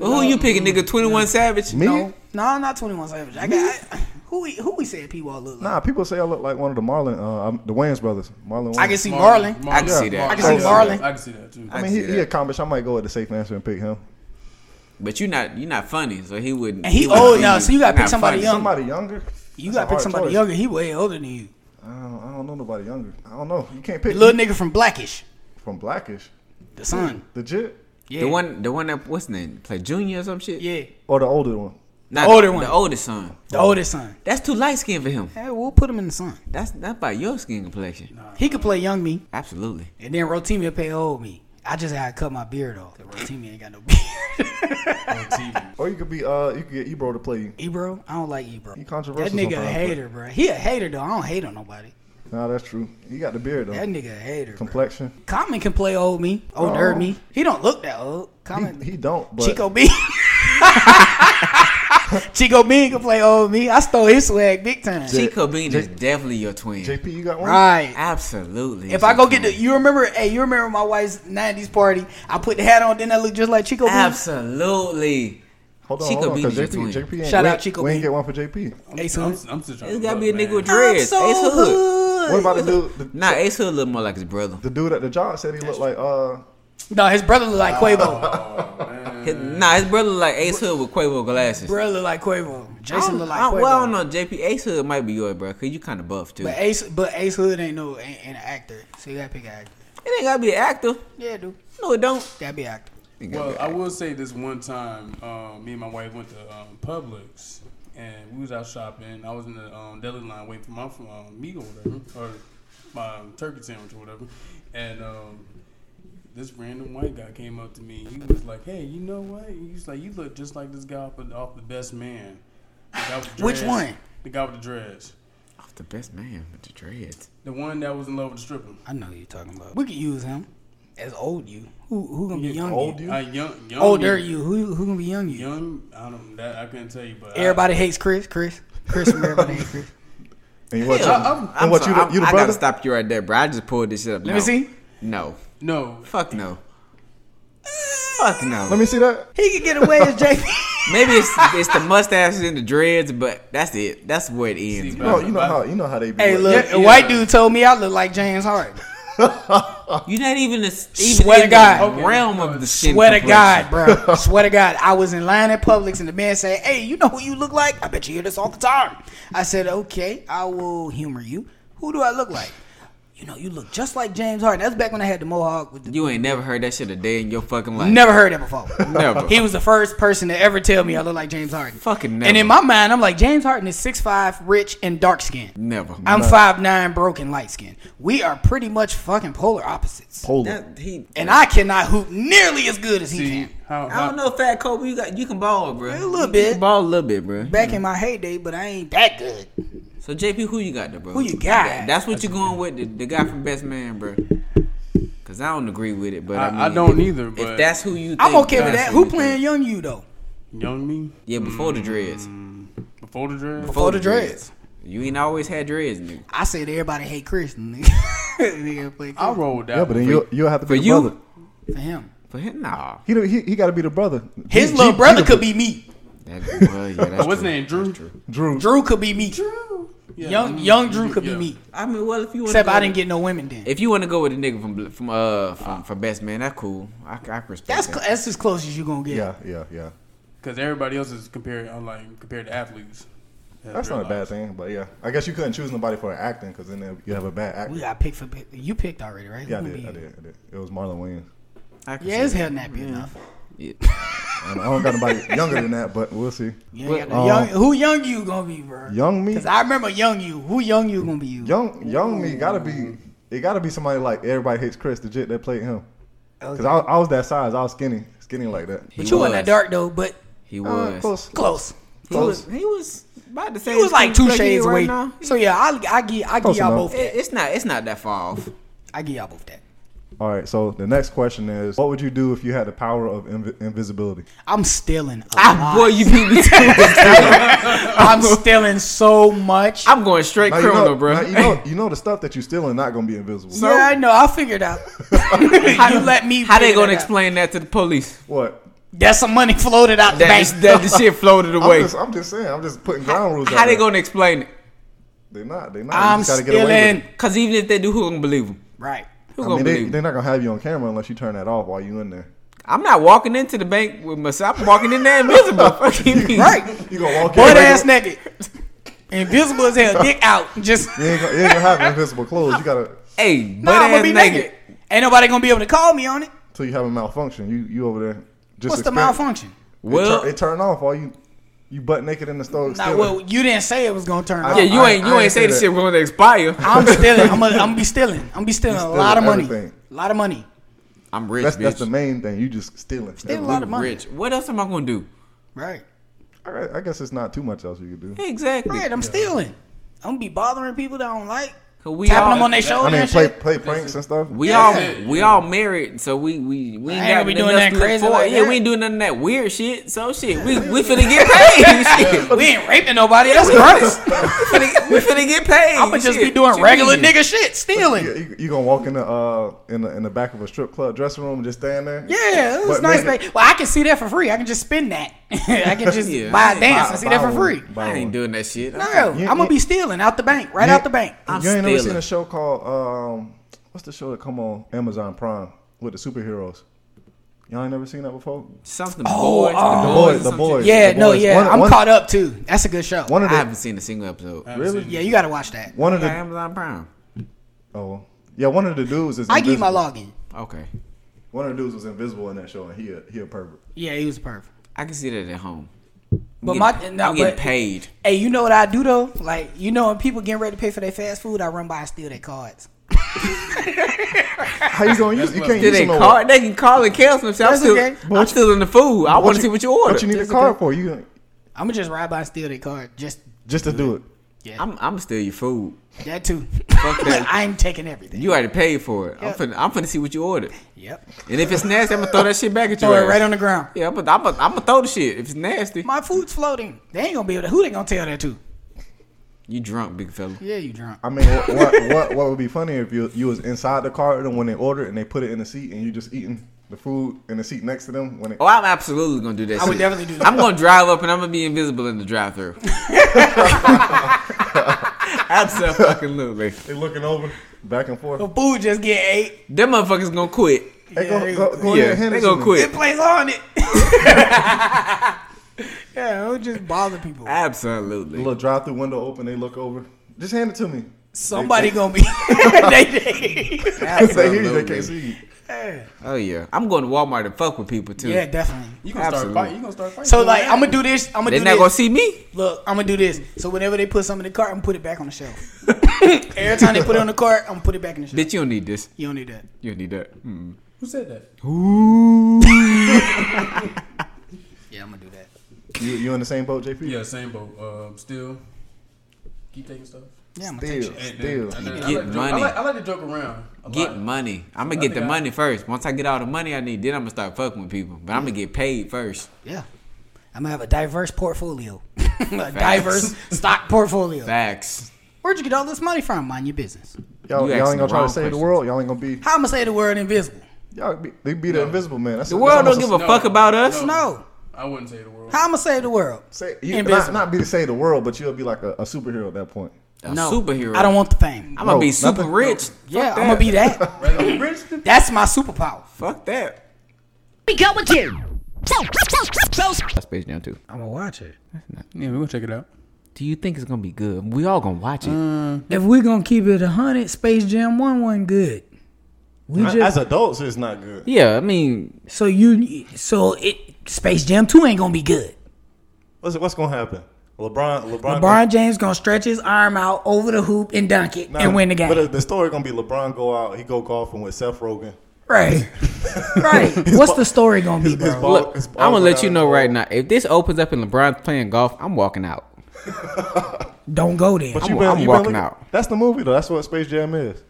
Speaker 5: Who you picking, nigga? Twenty One Savage.
Speaker 3: Me?
Speaker 2: no, no, not 21 Savage. I got I, who we who we said P Wall look like.
Speaker 3: Nah, people say I look like one of the Marlon, uh, um, the Wayans brothers. Marlon. Wayans.
Speaker 2: I can see Marlon.
Speaker 5: I can
Speaker 4: Yeah.
Speaker 5: see that.
Speaker 2: I can see Marlon.
Speaker 4: I can see that too.
Speaker 3: I
Speaker 5: I
Speaker 3: mean,
Speaker 5: see
Speaker 3: he, he
Speaker 5: that.
Speaker 3: accomplished. I might go with the safe answer and pick him.
Speaker 5: But you not you not funny, so he wouldn't.
Speaker 2: And he
Speaker 5: wouldn't
Speaker 2: old
Speaker 5: be-
Speaker 2: now, so you gotta
Speaker 5: not
Speaker 2: pick somebody
Speaker 5: funny.
Speaker 2: young.
Speaker 3: Somebody younger.
Speaker 2: You
Speaker 3: That's a
Speaker 2: gotta pick
Speaker 3: hard
Speaker 2: somebody
Speaker 3: choice.
Speaker 2: younger. He way older than you.
Speaker 3: I don't, I don't know nobody younger. I don't know. You can't pick
Speaker 2: Little nigga from Blackish.
Speaker 3: from Blackish.
Speaker 2: The son.
Speaker 3: Legit
Speaker 2: Yeah.
Speaker 5: The one, the one that what's his name? Play Junior or some shit.
Speaker 2: Yeah.
Speaker 3: or the older one?
Speaker 5: Not
Speaker 2: older one.
Speaker 5: The oldest son.
Speaker 2: The oldest son.
Speaker 5: That's too light skin for him.
Speaker 2: Hey, we'll put him in the sun.
Speaker 5: That's not by your skin complexion.
Speaker 2: He could play young me,
Speaker 5: Absolutely.
Speaker 2: and then Rotimi will play old me. I just had to cut my beard off. 'cause Rotimi ain't got no beard.
Speaker 3: Or you could be uh, you could get Ebro to play you.
Speaker 2: Ebro, I don't like Ebro.
Speaker 3: He controversial
Speaker 2: That nigga a
Speaker 3: sometimes,
Speaker 2: hater, bro. He a hater though. I don't hate on nobody.
Speaker 3: Nah, that's true. He got the beard though.
Speaker 2: That nigga a hater. bro.
Speaker 3: Complexion.
Speaker 2: Common can play old me, older
Speaker 3: Oh.
Speaker 2: me. He don't look that old. Common,
Speaker 3: He, he don't. But
Speaker 2: Chico B. Chico Bean can play old me. I stole his swag big time.
Speaker 5: Chico Bean is definitely your twin.
Speaker 3: JP, you got one.
Speaker 2: Right.
Speaker 5: Absolutely.
Speaker 2: If I go get the, you remember, hey, you remember my wife's '90s party? I put the hat on, then I look just like Chico. Beans.
Speaker 5: Absolutely.
Speaker 3: Hold on,
Speaker 5: Chico
Speaker 3: hold on.
Speaker 5: Bean
Speaker 3: Because
Speaker 5: is your
Speaker 3: JP,
Speaker 5: twin.
Speaker 3: JP ain't,
Speaker 2: Shout
Speaker 3: we,
Speaker 2: out
Speaker 3: ain't-
Speaker 2: Chico
Speaker 3: We ain't
Speaker 2: Bean.
Speaker 3: get one for JP.
Speaker 2: Hey,
Speaker 4: I'm,
Speaker 2: son,
Speaker 4: I'm still trying.
Speaker 5: It's
Speaker 4: to
Speaker 5: gotta
Speaker 4: look,
Speaker 5: be a
Speaker 4: man.
Speaker 5: nigga with dreads. Ace Hood.
Speaker 3: What about the dude? The,
Speaker 5: Nah, Ace Hood look more like his brother.
Speaker 3: the dude at the job said he looked like uh.
Speaker 2: no, his brother look like Quavo.
Speaker 5: His- nah, his brother look like Ace Hood with Quavo glasses.
Speaker 2: brother look like Quavo.
Speaker 5: I don't-
Speaker 2: Jason look like
Speaker 5: I-
Speaker 2: Quavo.
Speaker 5: well, I don't know. JP Ace Hood might be yours, bro. Cause you kind of buff too.
Speaker 2: But
Speaker 5: It
Speaker 2: Ace, but Ace Hood ain't no ain't, ain't an actor, so you gotta pick an actor.
Speaker 5: ain't gotta be an actor.
Speaker 2: Yeah, dude,
Speaker 5: No, it don't.
Speaker 2: gotta be an actor.
Speaker 5: It gotta
Speaker 4: Well,
Speaker 5: be an
Speaker 4: I
Speaker 5: actor.
Speaker 4: will say this one time, um, me and my wife went to um, Publix and we was out shopping. I was in the um, deli line waiting for my um, meat or
Speaker 2: Mm-hmm.
Speaker 4: whatever, or my turkey sandwich or whatever. And um, this random white guy came up to me. He was like, "Hey, you know what?" He was like, "You look just like this guy off, of- off the Best Man." The guy with the
Speaker 2: Which
Speaker 4: dreads.
Speaker 2: one?
Speaker 4: The guy with the dreads.
Speaker 5: Off the best man with the dreads.
Speaker 4: The one that was in love with the stripper.
Speaker 2: I know who you're talking about. We could use him. as old you. Who who gonna be young?
Speaker 3: Old
Speaker 2: you?
Speaker 3: you?
Speaker 4: Uh, young, young,
Speaker 2: Older you? Who who gonna be young you?
Speaker 4: Young, I don't. That I couldn't tell you, but
Speaker 2: Everybody hates Chris. Chris. Chris from Everybody Hates Chris.
Speaker 3: And what?
Speaker 5: I'm, I'm,
Speaker 3: and what?
Speaker 5: sorry,
Speaker 3: you
Speaker 5: I'm-
Speaker 3: the, you the
Speaker 5: I
Speaker 3: brother?
Speaker 5: gotta stop you right there, bro. I just pulled this shit up.
Speaker 2: Let me see.
Speaker 5: No.
Speaker 4: I, no,
Speaker 5: Fuck no. Fuck no.
Speaker 3: Let me see that.
Speaker 2: He could get away as JP.
Speaker 5: Maybe it's it's the mustaches and the dreads, but that's it. That's where it ends.
Speaker 4: See,
Speaker 3: No, Oh,
Speaker 5: bro.
Speaker 3: you know how you know how they be.
Speaker 2: hey,
Speaker 3: like-
Speaker 2: look,
Speaker 4: Yeah,
Speaker 2: a
Speaker 4: yeah.
Speaker 2: white dude told me I look like James Harden.
Speaker 5: You're not even a even
Speaker 2: Swear to
Speaker 5: in
Speaker 2: God.
Speaker 5: the realm of the skin.
Speaker 2: Swear to
Speaker 5: complexion.
Speaker 2: God, bro. Swear to God, I was in line at Publix and the man said, "Hey, you know who you look like? I bet you hear this all the time." I said, "Okay, I will humor you. Who do I look like?" You know, you look just like James Harden. That's back when I had the mohawk with the.
Speaker 5: You ain't never heard that shit a day in your fucking life.
Speaker 2: Never heard that before.
Speaker 5: Never.
Speaker 2: He was the first person to ever tell me I look like James Harden.
Speaker 5: Fucking never.
Speaker 2: And in my mind, I'm like, James Harden is 6'5, rich, and dark skinned.
Speaker 5: Never.
Speaker 2: I'm 5'9, broken, light skinned. We are pretty much fucking polar opposites.
Speaker 3: Hold on.
Speaker 5: That- he-
Speaker 2: And I cannot hoop nearly as good as he
Speaker 4: see
Speaker 2: can.
Speaker 4: how,
Speaker 5: I
Speaker 4: how
Speaker 5: don't know, Fat Kobe. You got you can ball, bro.
Speaker 2: A little
Speaker 5: You
Speaker 2: bit.
Speaker 5: can ball a little bit, bro.
Speaker 2: Back in my heyday, but I ain't that good.
Speaker 5: So JP, who you got there, bro?
Speaker 2: Who you got?
Speaker 5: That- That's what you going with the, the guy from Best Man, bro. Cause I don't agree with it, but I,
Speaker 4: I-
Speaker 5: mean,
Speaker 4: I don't
Speaker 5: if-
Speaker 4: either,
Speaker 5: if
Speaker 4: but-
Speaker 5: that's who you, think,
Speaker 2: I'm okay with
Speaker 5: that's
Speaker 2: that.
Speaker 5: who
Speaker 2: Who
Speaker 5: you
Speaker 2: playing
Speaker 5: think.
Speaker 2: young you though?
Speaker 4: young me
Speaker 5: Yeah, before the dreads.
Speaker 4: before the draft.
Speaker 2: Before the dreads.
Speaker 5: You ain't always had dreads, nigga.
Speaker 2: I said everybody hate Chris. nigga. Nigga play
Speaker 4: I
Speaker 2: Chris
Speaker 4: rolled out.
Speaker 3: Yeah, but then you you'll have to
Speaker 5: For
Speaker 3: be the
Speaker 5: you?
Speaker 3: brother.
Speaker 2: for him.
Speaker 5: But he- nah,
Speaker 3: He the- he, he got to be the brother.
Speaker 2: His
Speaker 3: He-
Speaker 2: little
Speaker 3: he-
Speaker 2: brother
Speaker 3: he the
Speaker 2: could be me.
Speaker 5: that, well, yeah, that's
Speaker 4: What's his
Speaker 5: true.
Speaker 4: name? Drew.
Speaker 3: Drew.
Speaker 2: Drew could be me.
Speaker 4: Yeah,
Speaker 2: Young
Speaker 4: mm,
Speaker 2: young Drew could be
Speaker 4: yeah.
Speaker 2: me.
Speaker 5: I mean, well, if you want
Speaker 2: Except
Speaker 5: to
Speaker 2: I didn't get no women then.
Speaker 5: If you want to go with a nigga from from uh from, from Best Man, that's cool. I, I can respect
Speaker 2: That's
Speaker 5: that.
Speaker 2: cl- that's as close as you gonna get.
Speaker 3: Yeah, yeah, yeah.
Speaker 4: Because everybody else is compared, I'm like compared to athletes.
Speaker 3: That's not a bad thing, but yeah, I guess you couldn't choose nobody for acting because then they- you have a bad
Speaker 2: We
Speaker 3: actor.
Speaker 2: got picked for you picked already, right?
Speaker 3: Yeah, I
Speaker 2: Who
Speaker 3: did,
Speaker 2: be-
Speaker 3: I did, I did. It was Marlon Wayans.
Speaker 5: I can
Speaker 2: Yeah,
Speaker 5: see
Speaker 2: it's
Speaker 5: that.
Speaker 2: hell nappy enough. Uh,
Speaker 3: I don't- I don't got nobody younger than that, but we'll see.
Speaker 2: You ain't got no
Speaker 3: Well,
Speaker 2: young,
Speaker 3: uh,
Speaker 2: who young you gonna be, bro?
Speaker 3: Young me,
Speaker 2: Cause I remember young you. Who young you gonna be? You.
Speaker 3: young young me gotta be. It gotta be somebody like everybody hates Chris, the jit that played him. Cause I, was- I was that size, I was skinny, skinny like that.
Speaker 5: He
Speaker 2: but you wasn't
Speaker 5: was.
Speaker 2: that dark though. But
Speaker 5: He
Speaker 3: Uh,
Speaker 5: was.
Speaker 3: close.
Speaker 2: close.
Speaker 5: He was. He was about to say.
Speaker 2: It was like two shades away.
Speaker 5: now.
Speaker 2: So yeah, I I give I give
Speaker 3: Close
Speaker 2: y'all
Speaker 3: enough.
Speaker 2: both
Speaker 5: It-
Speaker 2: that.
Speaker 5: it's not. It's not that far off.
Speaker 2: I give y'all both that.
Speaker 3: All right, so the next question is, what would you do if you had the power of inv- invisibility?
Speaker 2: I'm stealing. A
Speaker 5: Ah,
Speaker 2: lot.
Speaker 5: boy, you beat me to it.
Speaker 2: I'm stealing so much.
Speaker 5: I'm going straight
Speaker 3: Now,
Speaker 5: criminal,
Speaker 3: you know,
Speaker 5: bro.
Speaker 3: now, you know, you know the stuff that you stealing not gonna be invisible.
Speaker 2: yeah, I know. I figured out. you let me.
Speaker 5: How they gonna
Speaker 2: figure that out.
Speaker 5: explain that to the police?
Speaker 3: What?
Speaker 2: That's some money floated out the
Speaker 5: That
Speaker 2: bank.
Speaker 5: this, that this shit floated
Speaker 3: I'm
Speaker 5: away.
Speaker 3: just, I'm just saying. I'm just putting ground rules.
Speaker 5: How
Speaker 3: out
Speaker 5: they
Speaker 3: there.
Speaker 5: gonna explain it?
Speaker 3: They're not. They're not. You
Speaker 2: I'm
Speaker 3: just gotta get away with it.
Speaker 2: stealing.
Speaker 5: Cause even if they do, who gonna believe them?
Speaker 2: Right.
Speaker 3: I
Speaker 5: Who gonna
Speaker 3: mean, they,
Speaker 5: believe
Speaker 3: they're
Speaker 5: 'em?
Speaker 3: not gonna have you on camera unless you turn that off while you in there.
Speaker 5: I'm not walking into the bank with myself. I'm walking in there invisible. Fuck you mean?
Speaker 2: Right.
Speaker 3: You gonna walk
Speaker 2: Butt
Speaker 3: in?
Speaker 2: ass naked. Invisible as hell. Dick out. Just
Speaker 3: You ain't, gonna, you ain't gonna have invisible clothes. You gotta
Speaker 5: Hey,
Speaker 2: nah,
Speaker 5: butt
Speaker 2: I'm gonna
Speaker 5: ass
Speaker 2: be
Speaker 5: naked.
Speaker 2: naked. Ain't nobody gonna be able to call me on it.
Speaker 3: till you have a malfunction. You you over there just
Speaker 2: What's the
Speaker 3: exper-
Speaker 2: malfunction?
Speaker 3: It,
Speaker 5: Well,
Speaker 3: turn, it turn off while you you butt naked in the store.
Speaker 2: Nah,
Speaker 3: stealing.
Speaker 2: well, you didn't say it was gonna turn off.
Speaker 5: yeah, you
Speaker 3: I-
Speaker 5: ain't you
Speaker 3: I
Speaker 5: ain't
Speaker 3: ain't
Speaker 5: say
Speaker 3: say
Speaker 5: this
Speaker 3: that.
Speaker 5: shit going to expire.
Speaker 2: I'm stealing. I'm gonna I'm be stealing. I'm gonna be stealing a
Speaker 3: stealing
Speaker 2: lot of money.
Speaker 3: everything.
Speaker 2: A lot of money.
Speaker 5: I'm rich,
Speaker 3: that's
Speaker 5: bitch.
Speaker 3: that's the main thing. You just stealing.
Speaker 2: Stealing a lot of money.
Speaker 5: rich. What else am I gonna do?
Speaker 2: Right.
Speaker 3: All right, I guess it's not too much else you could do.
Speaker 5: Exactly.
Speaker 2: Right. I'm stealing. I'm gonna be bothering people that I don't like.
Speaker 5: Cause we
Speaker 2: Tapping
Speaker 5: all,
Speaker 2: them on their shoulder
Speaker 3: I mean,
Speaker 2: and
Speaker 3: play
Speaker 2: shit.
Speaker 3: play pranks and stuff.
Speaker 5: We all we all married, so we we we
Speaker 2: I ain't gonna be
Speaker 5: ain't got
Speaker 2: doing
Speaker 5: nothing
Speaker 2: nothing
Speaker 5: else
Speaker 2: crazy
Speaker 5: to look forward.
Speaker 2: like
Speaker 5: Yeah,
Speaker 2: that.
Speaker 5: we ain't doing none of that weird shit. So shit, we we finna get paid. shit.
Speaker 2: We ain't raping nobody. That's gross.
Speaker 5: We finna- we finna get paid.
Speaker 2: I'ma just
Speaker 5: shit.
Speaker 2: be doing
Speaker 5: Shit.
Speaker 2: regular nigga shit,
Speaker 3: you,
Speaker 2: stealing.
Speaker 3: you, you gonna walk in the uh in the in the back of a strip club dressing room and just stand there?
Speaker 2: Yeah, it was
Speaker 3: Butt
Speaker 2: nice,
Speaker 3: naked?
Speaker 2: babe. Well, I can see that for free. I can just spend that. I can just
Speaker 5: Yeah.
Speaker 2: buy a dance
Speaker 3: Buy-
Speaker 2: and see
Speaker 3: buy
Speaker 2: that
Speaker 3: one.
Speaker 2: for free.
Speaker 3: Buy
Speaker 5: I ain't
Speaker 3: one.
Speaker 5: doing that shit.
Speaker 2: No,
Speaker 3: You-
Speaker 2: I'm gonna
Speaker 3: you-
Speaker 2: be stealing out the bank, right
Speaker 3: You-
Speaker 2: out the bank.
Speaker 5: I'm
Speaker 3: you ain't never seen
Speaker 5: stealing.
Speaker 3: a show called um, what's the show that come on Amazon Prime with the superheroes? Y'all ain't never seen that before.
Speaker 5: Something
Speaker 2: Oh,
Speaker 5: boys, the
Speaker 2: oh.
Speaker 3: The
Speaker 5: boys,
Speaker 3: boys,
Speaker 5: or
Speaker 3: the
Speaker 5: some
Speaker 3: boys.
Speaker 5: shit.
Speaker 2: Yeah,
Speaker 3: the
Speaker 2: no,
Speaker 3: boys.
Speaker 2: yeah,
Speaker 3: One-
Speaker 2: I'm
Speaker 3: one-
Speaker 2: caught up too. That's a good show.
Speaker 3: One
Speaker 5: I
Speaker 3: of
Speaker 5: haven't
Speaker 3: the
Speaker 5: seen a single episode.
Speaker 3: really
Speaker 2: yeah, you gotta watch that.
Speaker 3: one of
Speaker 5: Okay,
Speaker 3: the
Speaker 5: Amazon Prime.
Speaker 3: oh yeah one of the dudes is.
Speaker 2: I give you my
Speaker 3: invisible.
Speaker 2: login.
Speaker 5: Okay,
Speaker 3: One of the dudes was invisible in that show, and he a, he a pervert.
Speaker 2: Yeah, he was perfect.
Speaker 5: I can see that at home.
Speaker 2: But
Speaker 5: I'm
Speaker 2: my-
Speaker 5: getting-
Speaker 2: nah,
Speaker 5: I'm getting
Speaker 2: but-
Speaker 5: paid.
Speaker 2: Hey, you know what I do though? Like, you know when people getting ready to pay for their fast food, I run by and steal their cards.
Speaker 3: How you gonna use? You
Speaker 4: what-
Speaker 3: can't
Speaker 5: Did
Speaker 3: use
Speaker 5: they
Speaker 3: them no
Speaker 5: call? They can call and cancel them. I'm
Speaker 2: That's
Speaker 5: still,
Speaker 2: okay.
Speaker 5: I'm still in the food. I want to see what you order.
Speaker 3: What you need a card for? You
Speaker 2: I'ma just ride by and steal their card. Just
Speaker 3: just to do it.
Speaker 2: Yeah.
Speaker 5: I'm I'm still your food.
Speaker 2: That too.
Speaker 5: Fuck that.
Speaker 2: I'm taking everything.
Speaker 5: You already paid for it.
Speaker 2: Yeah.
Speaker 5: I'm finna I'm finna see what you ordered.
Speaker 2: Yep.
Speaker 5: And if it's nasty, I'm gonna throw that shit back at you.
Speaker 2: Throw it right on the ground.
Speaker 5: Yeah, I'm gonna I'm gonna- I'm gonna throw the shit. If it's nasty,
Speaker 2: My food's floating. They ain't gonna be able to. Who they gonna tell that to?
Speaker 5: you drunk, big fella.
Speaker 2: Yeah, you drunk.
Speaker 3: I mean, what, what what what would be funnier if you you was inside the car and when they ordered and they put it in the seat and you just eating the food in the seat next to them when it.
Speaker 5: Oh, I'm absolutely gonna do that.
Speaker 2: I would
Speaker 5: shit.
Speaker 2: definitely do that.
Speaker 5: I'm gonna drive up and I'm gonna be invisible in the drive-thru. absolutely.
Speaker 3: They looking over back and forth.
Speaker 2: The food just get ate.
Speaker 5: Them motherfuckers gonna quit.
Speaker 3: Hey, go,
Speaker 2: Oh, Yeah,
Speaker 3: go, go
Speaker 5: yeah,
Speaker 3: in there, hand
Speaker 5: they
Speaker 3: it
Speaker 5: gonna
Speaker 3: to me.
Speaker 5: quit.
Speaker 2: It plays on it. yeah, it would just bother people.
Speaker 3: The
Speaker 5: Absolutely.
Speaker 3: little drive through window open. They look over. Just hand it to me.
Speaker 2: Somebody gonna be. they, they,
Speaker 3: If they hear you, they can't
Speaker 5: Absolutely.
Speaker 3: see you.
Speaker 5: Oh yeah, I'm going to Walmart and fuck with people too.
Speaker 2: yeah, definitely.
Speaker 4: You gonna
Speaker 5: Absolutely.
Speaker 4: start fighting. You gonna start fighting.
Speaker 2: So like, I'm gonna do this. I'm gonna
Speaker 5: They're
Speaker 2: do
Speaker 5: not
Speaker 2: this.
Speaker 5: gonna see me.
Speaker 2: Look, I'm gonna do this. So whenever they put something in the cart, I'm gonna put it back on the shelf. Every time they put it on the cart, I'm gonna put it back in the shelf.
Speaker 5: Bitch, you don't need this.
Speaker 2: You don't need that.
Speaker 5: You don't need that. Mm.
Speaker 4: Who said that?
Speaker 2: Yeah, I'm gonna do that.
Speaker 3: You, you in the same boat, JP?
Speaker 4: Yeah, same boat. Um, still keep taking stuff.
Speaker 2: Yeah, I'm gonna take
Speaker 3: Still,
Speaker 2: shit.
Speaker 3: still.
Speaker 4: And then I
Speaker 5: Get
Speaker 4: like to joke-
Speaker 5: money.
Speaker 4: I like, I like to joke around. a
Speaker 5: Get
Speaker 4: lot.
Speaker 5: money. I'm
Speaker 4: I
Speaker 5: gonna get
Speaker 4: think
Speaker 5: the
Speaker 4: I-
Speaker 5: money first. Once I get all the money I need, then I'm gonna start fucking with people. But I'm gonna get paid first.
Speaker 2: Yeah, I'm gonna have a diverse portfolio, a diverse stock portfolio.
Speaker 5: Facts.
Speaker 2: Where'd you get all this money from? Mind your business.
Speaker 3: Y'all,
Speaker 5: You
Speaker 3: y'all
Speaker 5: asking
Speaker 3: ain't gonna try
Speaker 5: the
Speaker 3: to save the
Speaker 5: wrong
Speaker 3: world. Y'all ain't gonna be.
Speaker 2: How am I say the word invisible?
Speaker 3: Y'all be, they be the invisible man. That's,
Speaker 5: The world
Speaker 3: that's
Speaker 5: don't give a
Speaker 3: almost
Speaker 5: fuck about us.
Speaker 2: No.
Speaker 4: I wouldn't say the world.
Speaker 2: How am I say the world?
Speaker 3: Say, you, not,
Speaker 2: Invisible.
Speaker 3: not be to save the world, but you'll be like a, a superhero at that point.
Speaker 5: A superhero.
Speaker 2: I don't want the fame.
Speaker 5: I'm gonna
Speaker 3: No,
Speaker 5: be super
Speaker 3: nothing.
Speaker 5: rich.
Speaker 2: yeah, I'm gonna be that.
Speaker 4: Rather than rich than
Speaker 2: That's my superpower.
Speaker 5: Fuck that.
Speaker 7: We going to. So, so, so, so.
Speaker 5: I Space Jam too.
Speaker 2: I'm gonna watch it.
Speaker 4: Yeah, we're gonna check it out.
Speaker 5: Do you think it's gonna be good? We all gonna watch it.
Speaker 2: If we're gonna keep it hundred, Space Jam One wasn't good. We
Speaker 3: As adults, it's not good.
Speaker 5: yeah, I mean,
Speaker 2: so you so it Space Jam Two ain't gonna be good.
Speaker 3: What's what's gonna happen? LeBron, LeBron,
Speaker 2: LeBron James gonna stretch his arm out over the hoop and dunk it and win the game.
Speaker 3: uh,
Speaker 8: the story gonna be LeBron go out, he go golfing with Seth Rogen.
Speaker 2: right, right. What's the story gonna be,
Speaker 8: his- his
Speaker 2: bro?
Speaker 8: ball-
Speaker 5: look,
Speaker 8: It's
Speaker 5: I'm gonna let
Speaker 8: all
Speaker 5: you
Speaker 8: about
Speaker 5: know
Speaker 8: it.
Speaker 5: right now. If this opens up and LeBron's playing golf, I'm walking out.
Speaker 2: Don't go there.
Speaker 5: I'm- I'm walking out. Mm.
Speaker 3: That's the movie though. That's what Space Jam is.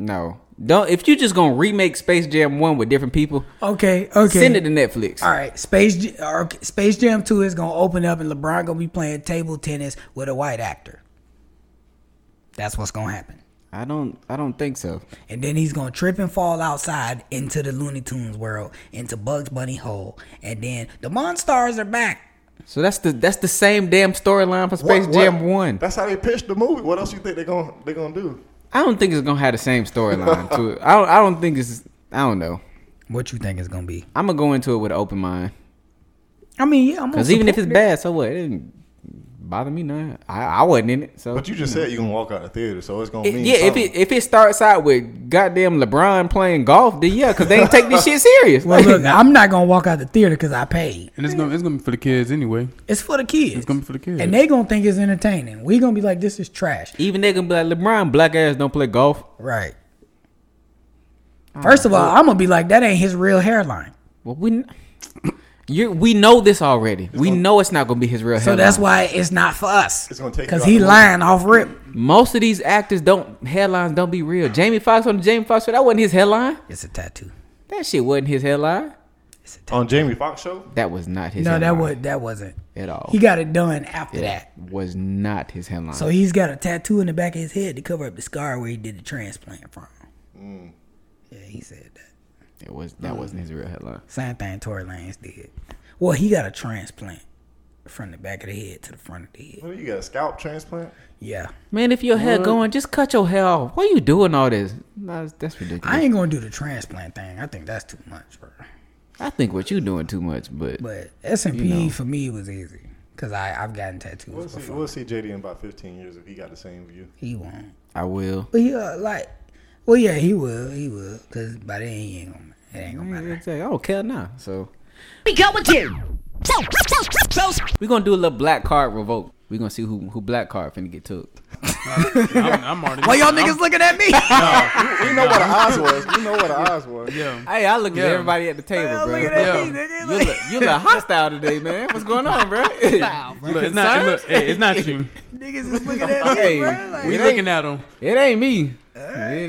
Speaker 5: No, don't. If you just gonna remake Space Jam One with different people,
Speaker 2: Okay, okay.
Speaker 5: send it to Netflix.
Speaker 2: All right, Space J- or okay, Space Jam Two is gonna open up, and LeBron gonna be playing table tennis with a white actor. That's what's gonna happen,
Speaker 5: I don't. I don't think so.
Speaker 2: and then he's gonna trip and fall outside into the Looney Tunes world, into Bugs Bunny hole, and then the Monstars are back.
Speaker 5: So that's the that's the same damn storyline for Space
Speaker 3: What- what-
Speaker 5: Jam One.
Speaker 3: That's how they pitched the movie. What else you think they gonna they gonna do?
Speaker 5: I don't think it's gonna have the same storyline to it. I don't. I don't think it's. I don't know.
Speaker 2: What you think it's gonna be?
Speaker 5: I'm gonna go into it with an open mind
Speaker 2: I mean, yeah, I'm
Speaker 5: because even if it's bad, so what? It didn't bother me none. I, I wasn't in it. So
Speaker 8: But you just said you're gonna walk out the theater, so it's gonna
Speaker 5: Mm. It-
Speaker 8: mean
Speaker 5: yeah, if
Speaker 8: something.
Speaker 5: it if it starts out with goddamn LeBron playing golf, then yeah, because they ain't take this shit serious.
Speaker 2: well, look, I'm not gonna walk out the theater because I paid.
Speaker 4: And it's gonna it's gonna be for the kids anyway.
Speaker 2: It's for the kids.
Speaker 4: It's gonna be for the kids.
Speaker 2: and they gonna think it's entertaining. We gonna be like, this is trash.
Speaker 5: Even they gonna be like LeBron, black ass don't play golf.
Speaker 2: Right. First of all, I'm gonna be like, that ain't his real hairline.
Speaker 5: Well, we you we know this already. we know it's not gonna be his real.
Speaker 2: So
Speaker 5: headline.
Speaker 2: that's why it's not for us.
Speaker 8: It's gonna take you
Speaker 2: because
Speaker 8: out
Speaker 2: he
Speaker 8: the
Speaker 2: lying off rip.
Speaker 5: most of these actors don't headlines don't be real. Jamie Foxx on the Jamie Foxx show that wasn't his headline.
Speaker 2: It's a tattoo.
Speaker 5: That shit wasn't his headline.
Speaker 8: on Jamie Foxx show.
Speaker 5: That was not his.
Speaker 2: No, that
Speaker 5: headline
Speaker 2: was that wasn't.
Speaker 5: at all.
Speaker 2: He got it done after that.
Speaker 5: was not his headline.
Speaker 2: So he's got a tattoo in the back of his head to cover up the scar where he did the transplant from. Yeah, he said that.
Speaker 5: it was that wasn't his real headline.
Speaker 2: Same thing Tory Lanez did. Well, he got a transplant from the back of the head to the front of the head.
Speaker 8: What do you got? A scalp transplant?
Speaker 2: Yeah.
Speaker 5: Man, if your hair going, just cut your hair off. Why you doing all this? Nah, that's- that's ridiculous.
Speaker 2: I
Speaker 5: I,
Speaker 2: ain't gonna do the transplant thing. I think that's too much, bro.
Speaker 5: think what you doing too much, but
Speaker 2: But S and P for me was easy because I I've gotten tattoos
Speaker 8: We'll see.
Speaker 2: before.
Speaker 8: We'll see JD in about 15 years if he got the same view.
Speaker 2: He won't.
Speaker 5: I will.
Speaker 2: But yeah, like, well, yeah, he will. He will. Cause by then he ain't gonna. It ain't gonna matter.
Speaker 5: It's like, I don't care now. So
Speaker 7: We going to. So, so, so, so.
Speaker 5: we gonna do a little black card revoke. we gonna see who who black card finna get took.
Speaker 4: I'm, I'm already.
Speaker 2: Why y'all niggas looking at me?
Speaker 3: We know what the eyes was. We know what the eyes was.
Speaker 4: Yeah.
Speaker 5: Hey, I look at
Speaker 4: Yeah.
Speaker 5: everybody at the table,
Speaker 2: Y'all
Speaker 5: bro.
Speaker 2: looking
Speaker 5: You
Speaker 2: at
Speaker 4: Yeah.
Speaker 2: me, nigga.
Speaker 5: look, you look hostile today, man. What's going on, bro?
Speaker 4: Look, it's not. Look, hey, it's not you.
Speaker 9: Niggas is looking at me, bro. Like,
Speaker 4: We looking at him.
Speaker 5: It ain't me. It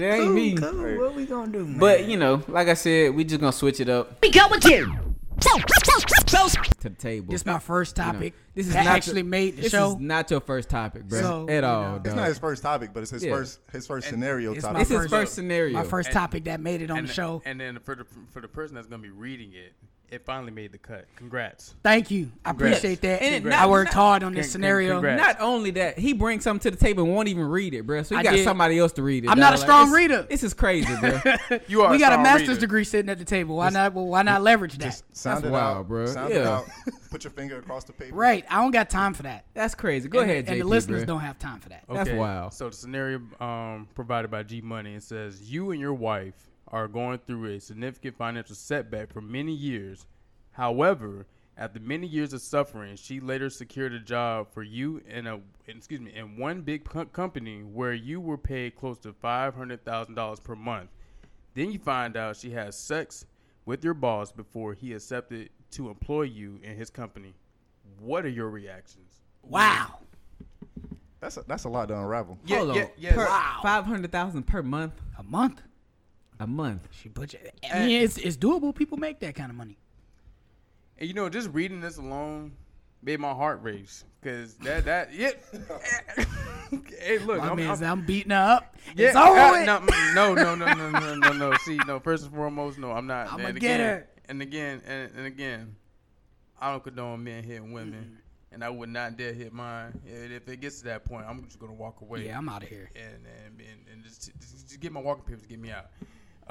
Speaker 5: ain't
Speaker 9: cool,
Speaker 5: me.
Speaker 9: cool. What we gonna do, man?
Speaker 5: But you know, like I said, we just gonna switch it up
Speaker 6: We go again. So, so, so, so.
Speaker 5: to the table.
Speaker 9: this is my first topic.
Speaker 5: This is
Speaker 9: that
Speaker 5: not
Speaker 9: actually
Speaker 5: the-
Speaker 9: made the
Speaker 5: this
Speaker 9: show.
Speaker 5: is not your first topic, bro,
Speaker 9: So,
Speaker 5: at
Speaker 9: you
Speaker 5: all.
Speaker 9: know,
Speaker 5: dog.
Speaker 10: It's not his first topic, but it's his
Speaker 5: Yeah.
Speaker 10: first his first scenario
Speaker 9: it's
Speaker 10: topic.
Speaker 9: my
Speaker 5: This is
Speaker 9: first-
Speaker 5: first scenario.
Speaker 9: my first topic that made it on the show.
Speaker 4: And then for the for the person that's gonna be reading it, it finally made the cut. Congrats.
Speaker 9: Thank you. I appreciate that.
Speaker 5: And it-
Speaker 9: I
Speaker 5: not- not-
Speaker 9: worked hard on
Speaker 4: Con-
Speaker 9: this
Speaker 4: con-
Speaker 9: scenario.
Speaker 4: congrats.
Speaker 5: Not only that, he brings something to the table and won't even read it, bro. So he
Speaker 9: I
Speaker 5: got
Speaker 9: did.
Speaker 5: somebody else to read it.
Speaker 9: I'm
Speaker 5: dog.
Speaker 9: not a
Speaker 5: Like,
Speaker 9: strong
Speaker 5: this-
Speaker 9: reader.
Speaker 5: This is crazy, bro.
Speaker 4: You are.
Speaker 9: we got a
Speaker 4: strong
Speaker 9: master's
Speaker 4: reader.
Speaker 9: degree sitting at the table. Why not? Well, why not leverage that?
Speaker 10: Sound
Speaker 5: That's
Speaker 10: it
Speaker 5: wild,
Speaker 10: out,
Speaker 5: bro.
Speaker 10: Sound it
Speaker 5: Yeah.
Speaker 10: out. Put your finger across the paper.
Speaker 9: right. I don't got time for that.
Speaker 5: That's crazy. Go
Speaker 9: and,
Speaker 5: ahead,
Speaker 9: and
Speaker 5: JP,
Speaker 9: the listeners
Speaker 5: bro.
Speaker 9: don't have time for that.
Speaker 5: That's wild.
Speaker 4: So the scenario um, provided by G Money it says you and your wife are going through a significant financial setback for many years. However, after many years of suffering, she later secured a job for you in a in- excuse me in one big co- company where you were paid close to five hundred thousand dollars per month. Then you find out she has sex with your boss before he accepted to employ you in his company. What are your reactions?
Speaker 9: Wow.
Speaker 10: That's a, that's a lot to unravel.
Speaker 5: Hold on.
Speaker 4: yeah, yeah.
Speaker 9: Wow.
Speaker 5: Five hundred thousand per month.
Speaker 9: A month.
Speaker 5: A month.
Speaker 9: She butchered. I
Speaker 5: Uh,
Speaker 9: mean, it's, it's doable. People make that kind of money.
Speaker 4: And you know, just reading this alone made my heart race because that that yeah. hey, look,
Speaker 9: My
Speaker 4: I'm,
Speaker 9: man's,
Speaker 4: I'm-
Speaker 9: I'm beating her up.
Speaker 4: yeah,
Speaker 9: it's over
Speaker 4: uh,
Speaker 9: with.
Speaker 4: no, no, no, no, no, no, no, no. See, no. First and foremost, no, I'm not.
Speaker 9: I'ma
Speaker 4: and
Speaker 9: get
Speaker 4: again,
Speaker 9: her.
Speaker 4: And again, and, and again, I don't condone men hitting women, and I would not dare hit mine. And if it gets to that point, I'm just gonna walk away
Speaker 9: Yeah, I'm out of here.
Speaker 4: and and, and, and just, just, just get my walking papers to get me out.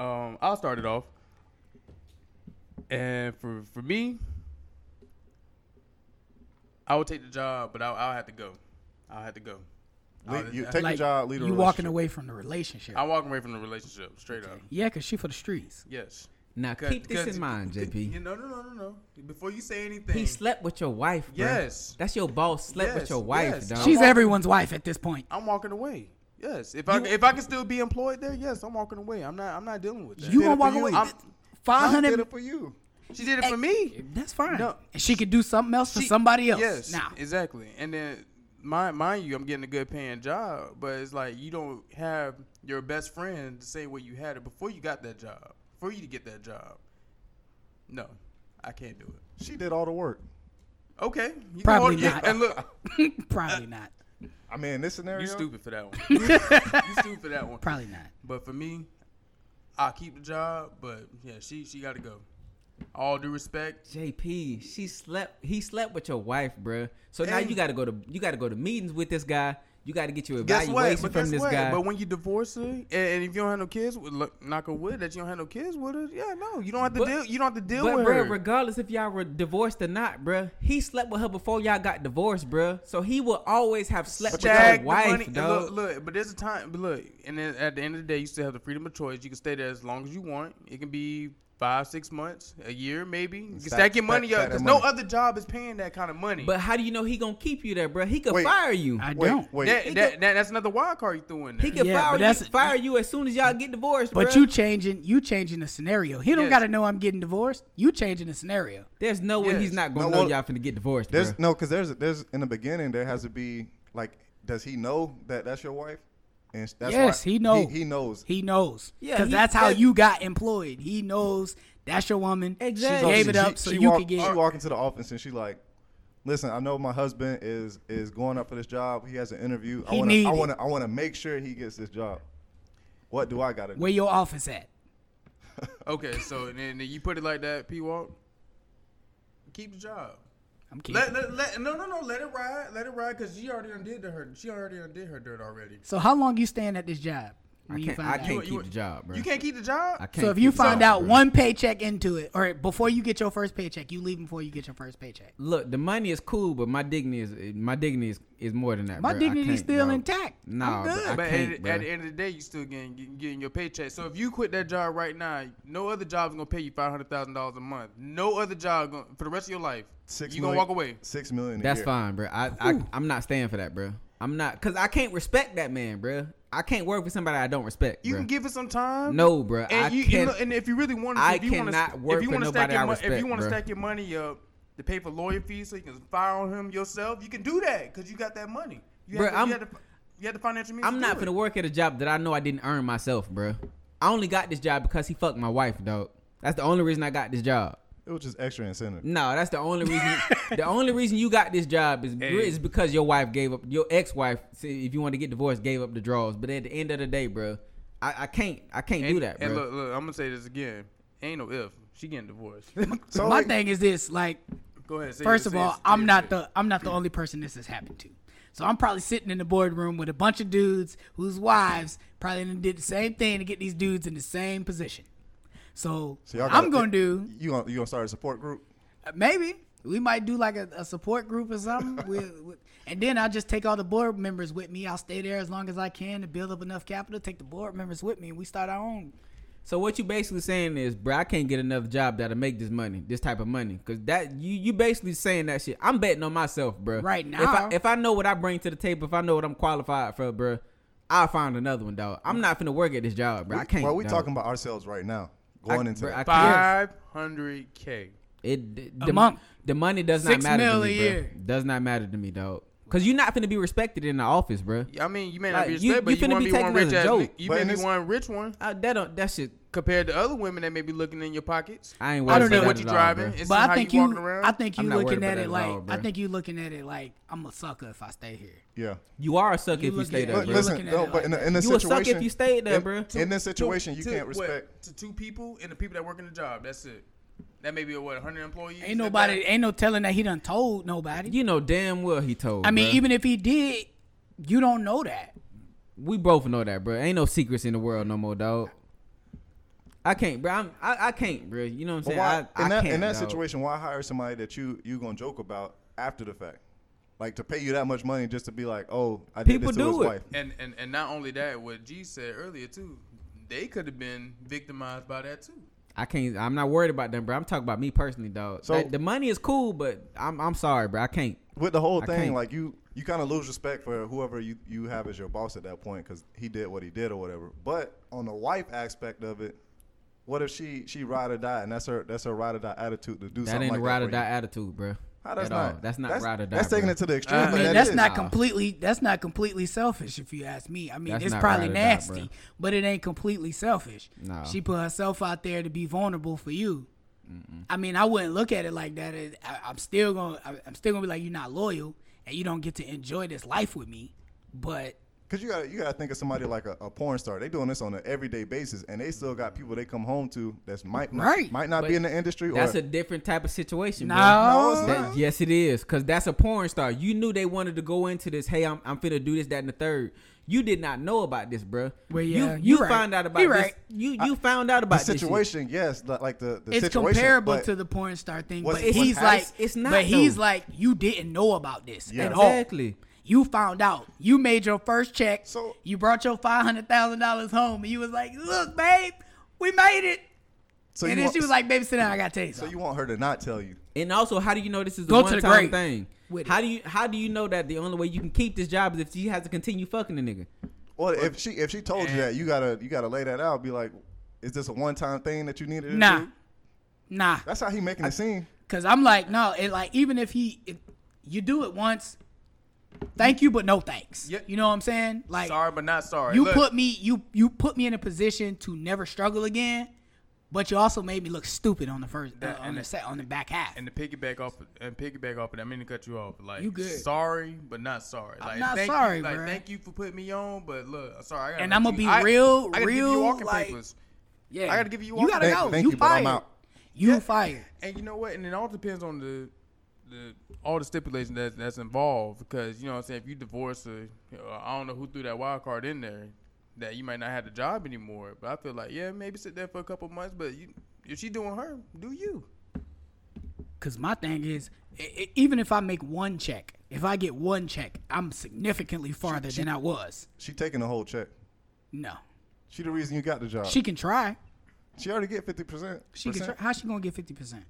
Speaker 4: Um, I'll start it off. And for for me, I would take the job, but I'll, I'll have to go. I'll have to go.
Speaker 9: Oh,
Speaker 10: Le-
Speaker 4: I'll-
Speaker 10: you take the job, lead a
Speaker 9: you
Speaker 10: relationship.
Speaker 9: walking away from the relationship.
Speaker 4: I'm walking away from the relationship, straight up.
Speaker 9: yeah, because she for the streets.
Speaker 4: Yes.
Speaker 5: Now
Speaker 4: Cut-
Speaker 5: keep this
Speaker 4: cut-
Speaker 5: in mind, JP.
Speaker 4: You know, no, no, no, no. Before you say anything,
Speaker 5: He slept with your wife, bro.
Speaker 4: Yes.
Speaker 5: That's your boss slept with
Speaker 4: Yes,
Speaker 5: your wife,
Speaker 4: yes.
Speaker 5: dog.
Speaker 4: I'm
Speaker 9: She's
Speaker 4: walking-
Speaker 9: everyone's wife at this point.
Speaker 4: I'm walking away. Yes. If I if I can still be employed there, yes, I'm walking away. I'm not I'm not dealing with that.
Speaker 9: You
Speaker 10: did it
Speaker 9: gonna
Speaker 10: for
Speaker 9: walk
Speaker 10: you.
Speaker 9: away?
Speaker 4: I'm-
Speaker 9: Five
Speaker 10: I did
Speaker 9: hundred.
Speaker 10: it for you.
Speaker 4: she did it for me.
Speaker 9: That's fine.
Speaker 4: No.
Speaker 9: And she could do something else for
Speaker 4: She-
Speaker 9: somebody else.
Speaker 4: Yes,
Speaker 9: Now,
Speaker 4: exactly. And then, mind, mind you, I'm getting a good paying job, but it's like you don't have your best friend to say what you had it before you got that job, for you to get that job. No, I can't do it.
Speaker 10: She did all the work.
Speaker 4: Okay, you can
Speaker 9: Probably
Speaker 4: hold- yeah,
Speaker 9: not.
Speaker 4: and look,
Speaker 9: probably not.
Speaker 10: I mean, in this scenario,
Speaker 4: you stupid for that one. you stupid for that one.
Speaker 9: Probably not.
Speaker 4: But for me, I'll keep the job. But yeah, she she got to go. All due respect.
Speaker 5: JP, she slept. He slept with your wife, bruh. So now
Speaker 4: And-
Speaker 5: you gotta go to you gotta go to meetings with this guy. You gotta get your
Speaker 4: Guess what?
Speaker 5: evaluation
Speaker 4: But
Speaker 5: from
Speaker 4: guess
Speaker 5: this
Speaker 4: what?
Speaker 5: guy.
Speaker 4: But when you divorce her, and, and if you don't have no kids, with- look, knock a wood that you don't have no kids with her. Yeah, no, you don't have to
Speaker 5: But-
Speaker 4: deal. You don't have to deal
Speaker 5: But
Speaker 4: with
Speaker 5: bro,
Speaker 4: her.
Speaker 5: regardless if y'all were divorced or not, bruh, he slept with her before y'all got divorced, bruh. So he will always have slept with your
Speaker 4: Stag the money-
Speaker 5: wife,
Speaker 4: and
Speaker 5: dog.
Speaker 4: Look, look, but there's a time. But look, and then at the end of the day, you still have the freedom of choice. You can stay there as long as you want. It can be five, six months, a year, maybe. You can
Speaker 10: Stack-
Speaker 4: stack your money
Speaker 10: stack-
Speaker 4: up
Speaker 10: stack that
Speaker 4: because no
Speaker 10: money.
Speaker 4: other job is paying that kind of money.
Speaker 5: But how do you know he gonna keep you there, bruh? He could
Speaker 10: Wait.
Speaker 5: fire you.
Speaker 9: I
Speaker 10: Wait,
Speaker 9: don't.
Speaker 10: wait.
Speaker 4: that,
Speaker 5: He
Speaker 4: that,
Speaker 5: could-
Speaker 4: that- that's another wild card you threw in there.
Speaker 5: He could
Speaker 9: Yeah,
Speaker 5: fire
Speaker 9: but
Speaker 5: you.
Speaker 9: that's-
Speaker 5: Fire you as soon as y'all get divorced,
Speaker 9: But
Speaker 5: bruh.
Speaker 9: you changing you changing the scenario. He don't
Speaker 4: Yes.
Speaker 9: gotta know I'm getting divorced. You changing the scenario.
Speaker 5: There's no way
Speaker 4: Yes.
Speaker 5: he's not gonna
Speaker 10: No,
Speaker 5: know
Speaker 10: well,
Speaker 5: y'all finna get divorced,
Speaker 10: There's
Speaker 5: bruh.
Speaker 10: no, because there's there's in the beginning there has to be like, does he know that that's your wife? And that's
Speaker 9: yes,
Speaker 10: why-
Speaker 9: he knows.
Speaker 10: He, he knows.
Speaker 9: He knows.
Speaker 5: Yeah,
Speaker 9: because
Speaker 5: he-
Speaker 9: that's how
Speaker 5: that-
Speaker 9: you got employed. He knows that's your woman.
Speaker 5: Exactly.
Speaker 9: She gave it
Speaker 10: She-
Speaker 9: up so
Speaker 10: she
Speaker 9: you
Speaker 10: walk-
Speaker 9: could get.
Speaker 10: She walk into the office and she like, listen, I know my husband is is going up for this job. He has an interview. I
Speaker 9: He
Speaker 10: wanna,
Speaker 9: need
Speaker 10: I
Speaker 9: it.
Speaker 10: want to I want to make sure he gets this job. What do I gotta do?
Speaker 9: Where your office at?
Speaker 4: Okay, so then, then you put it like that, P Walk. Keep the job.
Speaker 9: I'm kidding.
Speaker 4: Let, let, let, no, no, no. Let it ride. Let it ride because she already undid to her. She already undid her dirt already.
Speaker 9: so how long you staying at this job? When
Speaker 5: I
Speaker 9: you
Speaker 5: can't,
Speaker 9: find
Speaker 5: I
Speaker 9: out?
Speaker 5: can't
Speaker 4: You-
Speaker 5: keep
Speaker 4: you-
Speaker 5: the job, bruh.
Speaker 4: You can't keep the job.
Speaker 5: I can't
Speaker 9: So if
Speaker 5: keep
Speaker 9: you
Speaker 5: the
Speaker 9: find
Speaker 5: job,
Speaker 9: out
Speaker 5: bruh.
Speaker 9: one paycheck into it, or before you get your first paycheck, you leave before you get your first paycheck.
Speaker 5: Look, the money is cool, but my dignity is my dignity is, is more than that.
Speaker 9: My
Speaker 5: bruh. I
Speaker 9: dignity's
Speaker 5: can't,
Speaker 9: still
Speaker 5: dog.
Speaker 9: intact.
Speaker 5: No,
Speaker 9: I'm
Speaker 5: but
Speaker 9: good.
Speaker 5: I
Speaker 4: But
Speaker 5: can't,
Speaker 4: at,
Speaker 5: bruh.
Speaker 4: at the end of the day, you still getting, getting getting your paycheck. So if you quit that job right now, no other job is gonna pay you five hundred thousand dollars a month. No other job gonna, for the rest of your life.
Speaker 10: Six
Speaker 4: you gonna
Speaker 10: million-
Speaker 4: walk away.
Speaker 10: Six million. a
Speaker 5: That's
Speaker 10: year.
Speaker 5: fine, bro. I, I I'm not staying for that, bro. I'm not because I can't respect that man, bro. I can't work with somebody I don't respect.
Speaker 4: You
Speaker 5: bruh.
Speaker 4: can give it some time.
Speaker 5: No, bruh,
Speaker 4: And
Speaker 5: I
Speaker 4: you, you
Speaker 5: can't-
Speaker 4: know, and if you really want,
Speaker 5: I
Speaker 4: if you wanna-
Speaker 5: cannot work
Speaker 4: if you
Speaker 5: for
Speaker 4: wanna stack
Speaker 5: nobody
Speaker 4: your
Speaker 5: I
Speaker 4: mon- If
Speaker 5: respect,
Speaker 4: you want
Speaker 5: bruh.
Speaker 4: to stack your money up to pay for lawyer fees so you can file him yourself, you can do that because you got that money. You
Speaker 5: Bruh,
Speaker 4: had, the,
Speaker 5: I'm-
Speaker 4: you, had the, you had the financial means.
Speaker 5: I'm
Speaker 4: to
Speaker 5: not
Speaker 4: do
Speaker 5: gonna
Speaker 4: it.
Speaker 5: work at a job that I know I didn't earn myself, bro. I only got this job because he fucked my wife, dog. That's the only reason I got this job.
Speaker 3: It was just extra incentive.
Speaker 5: No, that's the only reason. the only reason you got this job is,
Speaker 4: Hey.
Speaker 5: is because your wife gave up. Your ex-wife, see, if you want to get divorced, gave up the draws. But at the end of the day, bro, I, I can't. I can't
Speaker 4: And-
Speaker 5: do that,
Speaker 4: And
Speaker 5: bro.
Speaker 4: look, look, I'm gonna say this again. Ain't no if. She getting divorced.
Speaker 3: So
Speaker 9: My
Speaker 3: like,
Speaker 9: thing is this: like,
Speaker 4: Go ahead. Say
Speaker 9: first
Speaker 4: it,
Speaker 9: of
Speaker 4: say
Speaker 9: all,
Speaker 4: it,
Speaker 9: I'm
Speaker 4: say
Speaker 9: not
Speaker 4: it.
Speaker 9: the I'm not the only person this has happened to. So I'm probably sitting in the boardroom with a bunch of dudes whose wives probably done did the same thing to get these dudes in the same position. So,
Speaker 3: so y'all gotta-
Speaker 9: I'm gonna do
Speaker 3: You gonna you gonna start a support group?
Speaker 9: maybe we might do like a, a support group or something. with, with, and then I'll just take all the board members with me. I'll stay there as long as I can to build up enough capital. Take the board members with me, and we start our own
Speaker 5: So what you basically saying is, bro, I can't get another job that'll make this money, this type of money, because that you you basically saying that shit. I'm betting on myself, bro.
Speaker 9: Right
Speaker 5: if
Speaker 9: now.
Speaker 5: I, if I know what I bring to the table, if I know what I'm qualified for, bro, I'll find another one, dog. I'm not finna work at this job, bro. I
Speaker 3: We-
Speaker 5: can't.
Speaker 3: Well, we
Speaker 5: dog.
Speaker 3: talking about ourselves right now. Going
Speaker 5: I,
Speaker 3: into
Speaker 5: bro, I
Speaker 3: that.
Speaker 5: can't.
Speaker 4: 500k.
Speaker 5: It the,
Speaker 9: A
Speaker 5: the-
Speaker 9: month.
Speaker 5: The money does
Speaker 9: Six
Speaker 5: not matter
Speaker 9: mil
Speaker 5: to me,
Speaker 9: a
Speaker 5: bro.
Speaker 9: year.
Speaker 5: Does not matter to me, dog. Cause you're not finna be respected in the office, bro.
Speaker 4: I mean, you may not
Speaker 5: Like,
Speaker 4: be
Speaker 5: you-
Speaker 4: respected,
Speaker 5: you
Speaker 4: but you
Speaker 5: finna
Speaker 4: want
Speaker 5: be
Speaker 4: to be
Speaker 5: taken
Speaker 4: one
Speaker 5: as
Speaker 4: rich
Speaker 5: a
Speaker 4: ass.
Speaker 5: joke.
Speaker 4: ni- You
Speaker 3: But
Speaker 4: may
Speaker 3: in
Speaker 4: be
Speaker 3: this-
Speaker 4: one rich one
Speaker 5: Uh, that don't. That shit.
Speaker 4: compared to other women that may be looking in your pockets.
Speaker 5: I ain't worried
Speaker 4: I don't know
Speaker 5: about
Speaker 4: what
Speaker 5: that at
Speaker 4: you
Speaker 5: all,
Speaker 4: driving.
Speaker 5: bro.
Speaker 4: It's
Speaker 9: But
Speaker 4: how
Speaker 9: I think
Speaker 4: you
Speaker 9: you,
Speaker 4: walking around.
Speaker 9: I think you
Speaker 5: I'm not worried
Speaker 9: looking
Speaker 5: about
Speaker 9: at
Speaker 5: that
Speaker 9: it
Speaker 5: at
Speaker 9: like
Speaker 5: all,
Speaker 9: I
Speaker 5: bruh.
Speaker 9: think you looking at it like I'm a sucker if I stay here.
Speaker 3: yeah.
Speaker 5: You are a sucker if you
Speaker 9: look
Speaker 5: stay
Speaker 9: at-
Speaker 5: there,
Speaker 3: But
Speaker 9: you're
Speaker 5: bro.
Speaker 3: listen,
Speaker 9: looking at
Speaker 3: no,
Speaker 9: it
Speaker 3: but in,
Speaker 9: like
Speaker 3: a, in a
Speaker 5: You would
Speaker 3: situation,
Speaker 5: suck if you stayed there,
Speaker 3: in,
Speaker 5: bro.
Speaker 3: In this situation, you
Speaker 4: To-
Speaker 3: can't
Speaker 4: what?
Speaker 3: respect.
Speaker 4: to two people and the people that work in the job. That's it. That may be what 100 employees.
Speaker 9: Ain't nobody, ain't no telling that he done told nobody.
Speaker 5: You know damn well he told.
Speaker 9: I mean,
Speaker 5: bruh.
Speaker 9: even if he did, you don't know that.
Speaker 5: We both know that, bro. Ain't no secrets in the world no more, dog. I can't, bro. I'm, I, I can't, bro. You know what I'm
Speaker 3: But
Speaker 5: saying?
Speaker 3: why,
Speaker 5: I, I
Speaker 3: in that,
Speaker 5: can't.
Speaker 3: in that
Speaker 5: dawg.
Speaker 3: situation, why hire somebody that you you gonna joke about after the fact? Like to pay you that much money just to be like, oh, I did
Speaker 5: People
Speaker 3: this to his
Speaker 5: do it.
Speaker 3: wife.
Speaker 4: And, and and not only that, what G said earlier too, they could have been victimized by that too.
Speaker 5: I can't. I'm not worried about them, bro. I'm talking about me personally, dog.
Speaker 3: So-
Speaker 5: That- the money is cool, but I'm, I'm sorry, bro. I can't.
Speaker 3: With the whole
Speaker 5: I
Speaker 3: thing,
Speaker 5: can't.
Speaker 3: like you you kind of lose respect for whoever you you have as your boss at that point because he did what he did or whatever. But on the wife aspect of it, what if she she ride or die and that's her that's her ride or die attitude to do
Speaker 5: That
Speaker 3: something
Speaker 5: ain't
Speaker 3: like
Speaker 5: a ride
Speaker 3: that
Speaker 5: or
Speaker 3: for
Speaker 5: die
Speaker 3: you?
Speaker 5: attitude, bro.
Speaker 3: How that's
Speaker 5: At all.
Speaker 3: not
Speaker 5: That's not ride or die.
Speaker 3: That's taking
Speaker 5: bro.
Speaker 3: it to the extreme.
Speaker 4: Uh,
Speaker 3: but
Speaker 9: I mean,
Speaker 3: that
Speaker 9: that's
Speaker 3: is.
Speaker 9: not
Speaker 5: Nah.
Speaker 9: completely. That's not completely selfish, if you ask me. I mean,
Speaker 5: That's
Speaker 9: it's
Speaker 5: not
Speaker 9: probably
Speaker 5: ride or die,
Speaker 9: nasty,
Speaker 5: bruh.
Speaker 9: but it ain't completely selfish.
Speaker 5: No.
Speaker 9: She put herself out there to be vulnerable for you. I mean, I wouldn't look at it like that. It- I, I'm still gonna. I- I'm still gonna be like, you're not loyal, and you don't get to enjoy this life with me. But
Speaker 3: Cause you gotta you gotta think of somebody like a, a porn star. They doing this on an everyday basis, and they still got people they come home to that's might not,
Speaker 9: Right.
Speaker 3: might not be
Speaker 5: But
Speaker 3: in the industry.
Speaker 5: That's
Speaker 3: or,
Speaker 5: a different type of situation, bro.
Speaker 9: no,
Speaker 3: No, it's
Speaker 5: That- yes, it is, cause that's a porn star. You knew they wanted to go into this. Hey, I'm I'm finna do this, that, and the third. You did not know about this, bro.
Speaker 9: Well,
Speaker 5: You-
Speaker 9: yeah,
Speaker 5: you,
Speaker 9: you right.
Speaker 5: found out about
Speaker 9: You
Speaker 5: this.
Speaker 9: right.
Speaker 5: You you found out
Speaker 3: the
Speaker 5: about this shit.
Speaker 3: situation. Yes, li- like the, the
Speaker 9: it's
Speaker 3: situation.
Speaker 9: comparable
Speaker 3: but
Speaker 9: to the porn star thing,
Speaker 3: What's-
Speaker 9: but
Speaker 3: what's
Speaker 9: he's like,
Speaker 3: happening-
Speaker 5: It's not,
Speaker 9: But he's
Speaker 5: though.
Speaker 9: like, you didn't know about this
Speaker 3: Yeah.
Speaker 9: at all.
Speaker 5: Exactly.
Speaker 9: You found out. You made your first check.
Speaker 3: So-
Speaker 9: you brought your five hundred thousand dollars home, and you was like, "Look, babe, we made it."
Speaker 3: So
Speaker 9: and
Speaker 3: you
Speaker 9: then
Speaker 3: want,
Speaker 9: she was like, "Baby, sit down. I gotta tell you
Speaker 3: so
Speaker 9: something."
Speaker 3: you want her to not tell you?
Speaker 5: And also, how do you know this is the
Speaker 9: Go to
Speaker 5: one
Speaker 9: the
Speaker 5: time
Speaker 9: grave
Speaker 5: thing?
Speaker 9: with
Speaker 5: How
Speaker 9: it.
Speaker 5: do you how do you know that the only way you can keep this job is if she has to continue fucking the nigga?
Speaker 3: Well, if she if she told you that, you gotta you gotta lay that out. Be like, is this a one time thing that you needed? to
Speaker 9: nah,
Speaker 3: do?
Speaker 9: nah.
Speaker 3: That's how he making the scene.
Speaker 9: Cause I'm like, no. It like even if he, if you do it once, thank you, but no thanks.
Speaker 4: Yeah.
Speaker 9: You know what I'm saying? Like,
Speaker 4: Sorry, but not sorry.
Speaker 9: you
Speaker 4: Look,
Speaker 9: put me, you you put me in a position to never struggle again, but you also made me look stupid on the first,
Speaker 4: That-
Speaker 9: uh, on
Speaker 4: and
Speaker 9: the
Speaker 4: it-
Speaker 9: set, on the back half.
Speaker 4: and to piggyback off and piggyback off of that, I mean to cut you off. Like
Speaker 9: You good.
Speaker 4: Sorry, but not sorry.
Speaker 9: I'm
Speaker 4: like,
Speaker 9: not
Speaker 4: thank
Speaker 9: sorry,
Speaker 4: you, like,
Speaker 9: bruh.
Speaker 4: Thank you for putting me on, but look, sorry. I gotta
Speaker 9: And
Speaker 4: let
Speaker 9: I'ma
Speaker 4: you-
Speaker 9: be
Speaker 4: I-
Speaker 9: real,
Speaker 4: I gotta give you
Speaker 9: real,
Speaker 4: walking
Speaker 9: like-
Speaker 4: papers.
Speaker 9: yeah,
Speaker 4: I gotta give you
Speaker 9: You
Speaker 4: all-
Speaker 9: gotta
Speaker 3: Thank-
Speaker 9: go.
Speaker 3: thank
Speaker 9: you
Speaker 3: you, but I'm
Speaker 9: fired.
Speaker 3: out.
Speaker 9: You fired.
Speaker 4: And you know what? And it all depends on the the all the stipulations that's that's involved. Because you know what I'm saying. If you divorce, a, uh, I don't know who threw that wild card in there, that you might not have the job anymore. But I feel like yeah, maybe sit there for a couple months. But you, if she doing her, do you?
Speaker 9: Cause my thing is, i i even if I make one check, if I get one check, I'm significantly farther than I was.
Speaker 3: She taking the whole check.
Speaker 9: No,
Speaker 3: She the reason you got the job.
Speaker 9: she
Speaker 3: She,
Speaker 9: can try.
Speaker 3: already get fifty percent.
Speaker 9: She can. Try. How she gonna get fifty percent?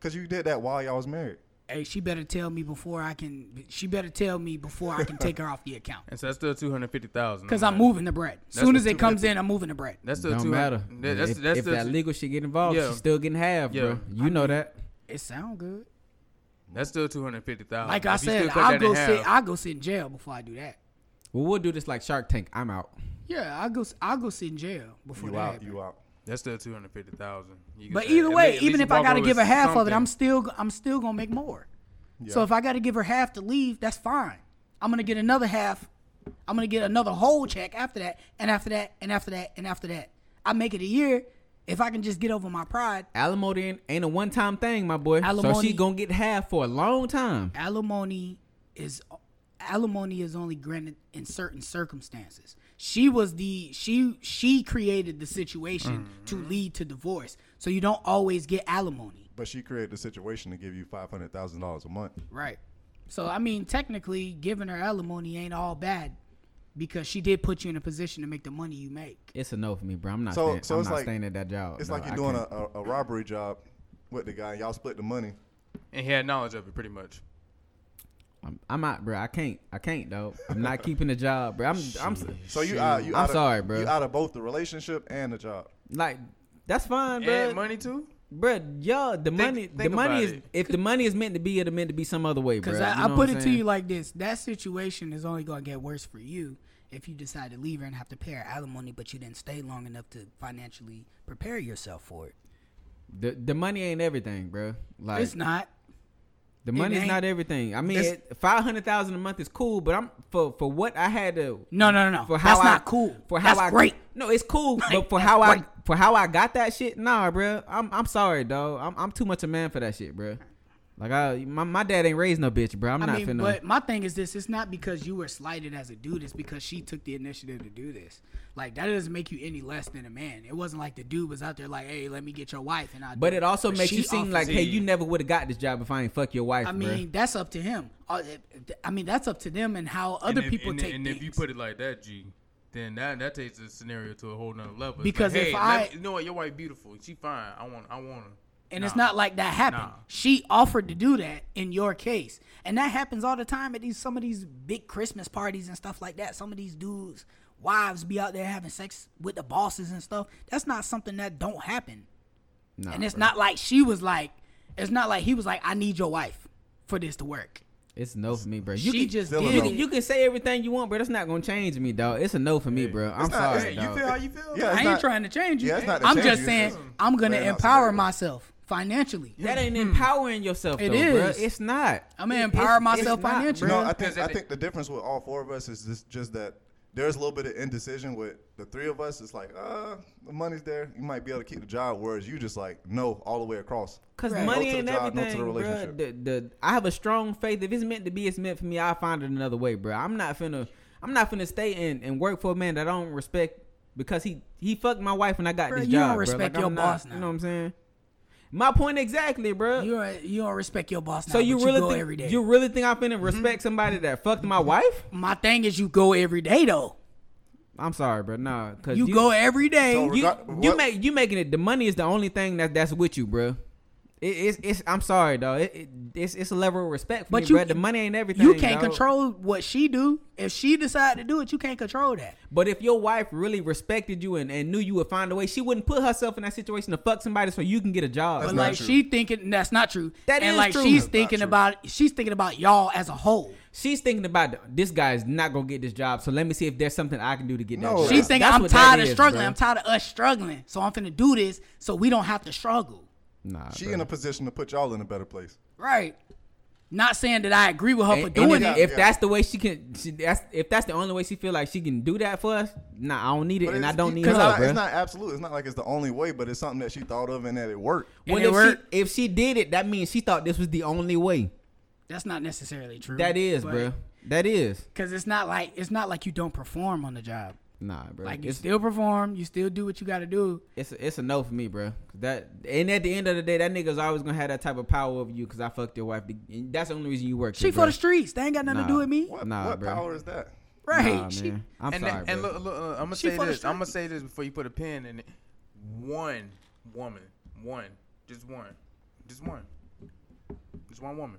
Speaker 3: Cause you did that while y'all was married.
Speaker 9: Hey, she better tell me before I can. She better tell me before I can take her off the account.
Speaker 4: And so that's still two hundred fifty thousand.
Speaker 9: Cause I'm moving the bread. Soon
Speaker 4: what
Speaker 9: as it
Speaker 4: you-
Speaker 9: comes in, I'm moving the bread.
Speaker 4: That's still
Speaker 5: Don't
Speaker 4: 200
Speaker 5: matter.
Speaker 4: that- That's,
Speaker 5: if
Speaker 4: that's
Speaker 5: if
Speaker 4: still
Speaker 5: that legal shit get involved,
Speaker 4: Yeah.
Speaker 5: she's still getting half,
Speaker 4: Yeah.
Speaker 5: bro. You know that.
Speaker 9: It sound good.
Speaker 4: That's still two hundred fifty thousand.
Speaker 9: Like I said, I'll go sit. I'll go sit in jail before I do that.
Speaker 5: Well, we'll do this like Shark Tank. I'm out.
Speaker 9: Yeah, I'll go. I'll go sit in jail before
Speaker 10: You
Speaker 9: that.
Speaker 10: out,
Speaker 9: happens.
Speaker 10: you out.
Speaker 4: That's still two hundred fifty thousand.
Speaker 9: But either way, even if I got to give her half of it, I'm still I'm still gonna make more. So if I got to give her half to leave, that's fine. I'm gonna get another half. I'm gonna get another whole check after that, and after that, and after that, and after that. I make it a year if I can just get over my pride.
Speaker 5: Alimony ain't a one time thing, my boy. So
Speaker 9: Alimony-
Speaker 5: she gonna get half for a long time.
Speaker 9: Alimony is alimony is only granted in certain circumstances. She was the she she created the situation to lead to divorce. So you don't always get alimony.
Speaker 10: But she created a situation to give you five hundred thousand dollars a month.
Speaker 9: Right. So I mean, technically, giving her alimony ain't all bad because she did put you in a position to make the money you make.
Speaker 5: It's a no for me, bro. I'm not.
Speaker 10: So-
Speaker 5: staying,
Speaker 10: so
Speaker 5: I'm
Speaker 10: it's
Speaker 5: not
Speaker 10: like-
Speaker 5: staying at that job.
Speaker 10: It's
Speaker 5: No,
Speaker 10: like
Speaker 5: I
Speaker 10: you're doing a,
Speaker 5: can't.
Speaker 10: a, a robbery job with the guy. Y'all split the money.
Speaker 4: and he had knowledge of it pretty much.
Speaker 5: I'm, I'm out, bro. I can't. I can't, though. I'm not keeping the job, bro. I'm. I'm
Speaker 10: So you out. You
Speaker 5: I'm
Speaker 10: out of-
Speaker 5: sorry, bro.
Speaker 10: You out of both the relationship and the job.
Speaker 5: like. That's fine, bro.
Speaker 4: And money too.
Speaker 5: Bruh, yeah, the money, the
Speaker 4: think
Speaker 5: money
Speaker 4: about
Speaker 5: is
Speaker 4: it.
Speaker 5: if the money is meant to be, it'll meant to be some other way, bruh.
Speaker 9: Because
Speaker 5: You
Speaker 9: I,
Speaker 5: know
Speaker 9: I put
Speaker 5: what
Speaker 9: it
Speaker 5: I'm
Speaker 9: to
Speaker 5: saying?
Speaker 9: you like this: that situation is only going to get worse for you if you decide to leave her and have to pay her alimony, but you didn't stay long enough to financially prepare yourself for it.
Speaker 5: the the money ain't everything, bruh. Like
Speaker 9: it's not.
Speaker 5: the
Speaker 9: it
Speaker 5: money's
Speaker 9: ain't.
Speaker 5: not everything. I mean,
Speaker 9: It's-
Speaker 5: five hundred thousand a month is cool, but I'm for for what I had to
Speaker 9: No, no, no, no.
Speaker 5: for how
Speaker 9: That's
Speaker 5: I,
Speaker 9: not cool.
Speaker 5: For how
Speaker 9: That's
Speaker 5: I
Speaker 9: great.
Speaker 5: No, it's cool, but
Speaker 9: Like,
Speaker 5: for
Speaker 9: that's
Speaker 5: how
Speaker 9: great.
Speaker 5: I for how I got that shit, nah, bruh. I'm I'm sorry, dog. I'm I'm too much a man for that shit, bruh. Like I my, my dad ain't raised no bitch, bruh. I'm
Speaker 9: I
Speaker 5: not
Speaker 9: mean,
Speaker 5: finna.
Speaker 9: but my thing is this: it's not because you were slighted as a dude. It's because she took the initiative to do this. Like that doesn't make you any less than a man. It wasn't like the dude was out there like, "Hey, let me get your wife," and I.
Speaker 5: but it also makes
Speaker 9: she
Speaker 5: you seem
Speaker 9: offered
Speaker 5: like,
Speaker 9: it.
Speaker 5: hey, you never would have got this job if I ain't fuck your wife,
Speaker 9: I
Speaker 5: bruh.
Speaker 9: mean, that's up to him. Uh, I mean, that's up to them and how other
Speaker 4: and if,
Speaker 9: people
Speaker 4: and,
Speaker 9: take
Speaker 4: And
Speaker 9: things.
Speaker 4: if you put it like that, G, then that that takes the scenario to a whole nother level. It's
Speaker 9: Because
Speaker 4: like,
Speaker 9: if
Speaker 4: hey,
Speaker 9: I-
Speaker 4: let me- you know what, your wife beautiful, she fine. I want, I want her.
Speaker 9: and it's not like that happened.
Speaker 4: Nah.
Speaker 9: She offered to do that in your case, and that happens all the time at these some of these big Christmas parties and stuff like that. Some of these dudes' wives be out there having sex with the bosses and stuff. That's not something that don't happen.
Speaker 5: Nah,
Speaker 9: and it's
Speaker 5: bruh.
Speaker 9: not like she was like, it's not like he was like, I need your wife for this to work.
Speaker 5: It's no for me, bro. You
Speaker 9: She
Speaker 5: can
Speaker 9: just
Speaker 5: you,
Speaker 9: did
Speaker 5: can-
Speaker 9: it.
Speaker 5: you can say everything you want, bro. That's not gonna change me, dog. It's a no for me, bro. I'm
Speaker 10: not-
Speaker 5: sorry,
Speaker 10: it's-
Speaker 5: dog.
Speaker 4: You feel how you feel?
Speaker 10: Yeah, it's
Speaker 9: I ain't
Speaker 10: not-
Speaker 9: trying to change you.
Speaker 10: Yeah, it's not to
Speaker 9: I'm
Speaker 10: change
Speaker 9: just
Speaker 10: you, Mm-hmm.
Speaker 9: saying
Speaker 10: it's
Speaker 9: I'm gonna
Speaker 10: laying out
Speaker 9: empower
Speaker 10: scenarios.
Speaker 9: myself financially.
Speaker 5: that ain't empowering yourself,
Speaker 9: It
Speaker 5: though, bruh.
Speaker 9: is.
Speaker 5: It's not.
Speaker 9: I'm gonna
Speaker 5: It-
Speaker 9: empower
Speaker 5: it's- it's
Speaker 9: myself
Speaker 5: not,
Speaker 9: financially.
Speaker 5: bruh.
Speaker 10: No, I think
Speaker 4: Because at
Speaker 10: I
Speaker 4: the-
Speaker 10: think the difference with all four of us is just just that there's a little bit of indecision with the three of us. It's like, uh, the money's there. You might be able to keep the job, whereas you just like no all the way across.
Speaker 5: Cause
Speaker 9: Right.
Speaker 10: No
Speaker 5: money
Speaker 10: to the
Speaker 5: ain't
Speaker 10: job, no to the
Speaker 5: everything, bruh.
Speaker 10: relationship.
Speaker 5: The, the I have a strong faith. If it's meant to be, it's meant for me. I'll find it another way, bruh. I'm not finna. I'm not finna stay and, and work for a man that I don't respect because he he fucked my wife and I got
Speaker 9: Bruh,
Speaker 5: this
Speaker 9: you
Speaker 5: job.
Speaker 9: don't
Speaker 5: bruh.
Speaker 9: respect
Speaker 5: Like,
Speaker 9: your
Speaker 5: I'm
Speaker 9: boss
Speaker 5: not-
Speaker 9: now.
Speaker 5: You know what I'm saying? My point exactly, bruh.
Speaker 9: You don't, you don't respect your boss now.
Speaker 5: so you
Speaker 9: but
Speaker 5: really
Speaker 9: go
Speaker 5: think
Speaker 9: every day. Mm-hmm.
Speaker 5: you really think I'm finna respect somebody that fucked my wife?
Speaker 9: My thing is you go every day though.
Speaker 5: I'm sorry, bro. Nah, cause
Speaker 9: You, go every day.
Speaker 10: So-
Speaker 5: you,
Speaker 10: Regard-
Speaker 5: you
Speaker 10: what-
Speaker 5: make you making it. The money is the only thing that that's with you, bro. It, it's it's. I'm sorry, dog. It, it it's it's a level of respect for
Speaker 9: but
Speaker 5: me,
Speaker 9: you
Speaker 5: bruh. The money ain't everything.
Speaker 9: You can't
Speaker 5: dawg.
Speaker 9: control what she do. If she decide to do it, you can't control that.
Speaker 5: But if your wife really respected you and, and knew you would find a way, she wouldn't put herself in that situation to fuck somebody so you can get a job.
Speaker 9: But
Speaker 5: bruh.
Speaker 9: like
Speaker 10: true.
Speaker 9: she thinking that's not true.
Speaker 5: That
Speaker 9: and
Speaker 5: is
Speaker 9: like
Speaker 5: true.
Speaker 9: she's
Speaker 5: That's not
Speaker 9: thinking
Speaker 10: true.
Speaker 9: about she's thinking about y'all as a whole.
Speaker 5: She's thinking about this guy's not gonna get this job, so let me see if there's something I can do to get
Speaker 10: No,
Speaker 5: that.
Speaker 9: She's
Speaker 5: job.
Speaker 9: thinking
Speaker 5: That's
Speaker 9: I'm
Speaker 5: what that
Speaker 9: tired of
Speaker 5: is,
Speaker 9: struggling.
Speaker 5: bruh.
Speaker 9: I'm tired of us struggling. So I'm finna do this so we don't have to struggle.
Speaker 5: Nah,
Speaker 10: She
Speaker 5: bruh.
Speaker 10: in a position to put y'all in a better place.
Speaker 9: Right. Not saying that I agree with her
Speaker 5: And-
Speaker 9: for
Speaker 5: and
Speaker 9: doing
Speaker 5: if,
Speaker 9: it.
Speaker 5: if
Speaker 10: Yeah.
Speaker 5: that's the way she can, she, that's if that's the only way she feel like she can do that for us. Nah, I don't need it,
Speaker 10: But
Speaker 5: and I
Speaker 10: it's-
Speaker 5: don't need
Speaker 10: it's
Speaker 5: her,
Speaker 10: not,
Speaker 5: bruh.
Speaker 10: It's not absolute. It's not like it's the only way, but it's something that she thought of and that it worked.
Speaker 9: And
Speaker 5: Well,
Speaker 9: it
Speaker 5: if
Speaker 9: worked.
Speaker 5: she if she did it, that means she thought this was the only way.
Speaker 9: That's not necessarily true.
Speaker 5: That is, bruh. That is.
Speaker 9: Because it's not like it's not like you don't perform on the job.
Speaker 5: Nah, bruh.
Speaker 9: Like you
Speaker 5: it's,
Speaker 9: still perform, you still do what you got to do.
Speaker 5: it's a, it's a no for me, bruh. 'Cause That and at the end of the day, that nigga's always gonna have that type of power over you because I fucked your wife. And That's the only reason you work.
Speaker 9: She
Speaker 5: here,
Speaker 9: for
Speaker 5: bruh.
Speaker 9: the streets. They ain't got nothing to
Speaker 5: Nah.
Speaker 9: do with me.
Speaker 10: What,
Speaker 5: Nah,
Speaker 10: what
Speaker 5: bruh.
Speaker 10: power is that?
Speaker 9: Right.
Speaker 5: Nah,
Speaker 9: she,
Speaker 5: man. I'm
Speaker 4: and
Speaker 5: sorry,
Speaker 4: that- and
Speaker 5: bruh.
Speaker 4: look, look, uh, I'm gonna
Speaker 9: She
Speaker 4: say
Speaker 9: full of
Speaker 4: this. I'm gonna
Speaker 9: stripes.
Speaker 4: say this before you put a pin in it. One woman, one, just one, just one, just one woman.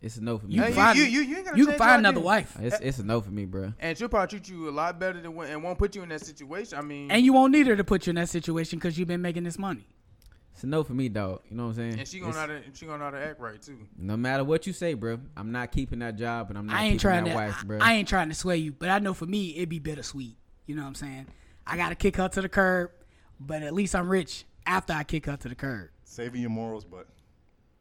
Speaker 5: It's a no for me.
Speaker 9: You
Speaker 5: bruh.
Speaker 4: Hey,
Speaker 9: find-
Speaker 4: you- you- you ain't gotta
Speaker 9: you can
Speaker 4: change
Speaker 9: find
Speaker 4: your
Speaker 9: another
Speaker 4: identity.
Speaker 9: wife.
Speaker 5: it's it's a no for me, bruh.
Speaker 4: And she'll probably treat you a lot better than one, and won't put you in that situation. I mean,
Speaker 9: And you won't need her to put you in that situation because you've been making this money.
Speaker 5: It's a no for me, dog. You know what I'm saying?
Speaker 4: And she gonna know
Speaker 5: It's-
Speaker 4: how to, and she gonna know how to act right too.
Speaker 5: No matter what you say, bro, I'm not keeping that job, and I'm not
Speaker 9: I
Speaker 5: keeping
Speaker 9: ain't trying
Speaker 5: that
Speaker 9: to.
Speaker 5: wife, bro.
Speaker 9: I, I ain't trying to sway you, but I know for me it'd be bittersweet. You know what I'm saying? I gotta kick her to the curb, but at least I'm rich after I kick her to the curb.
Speaker 10: Saving your morals, but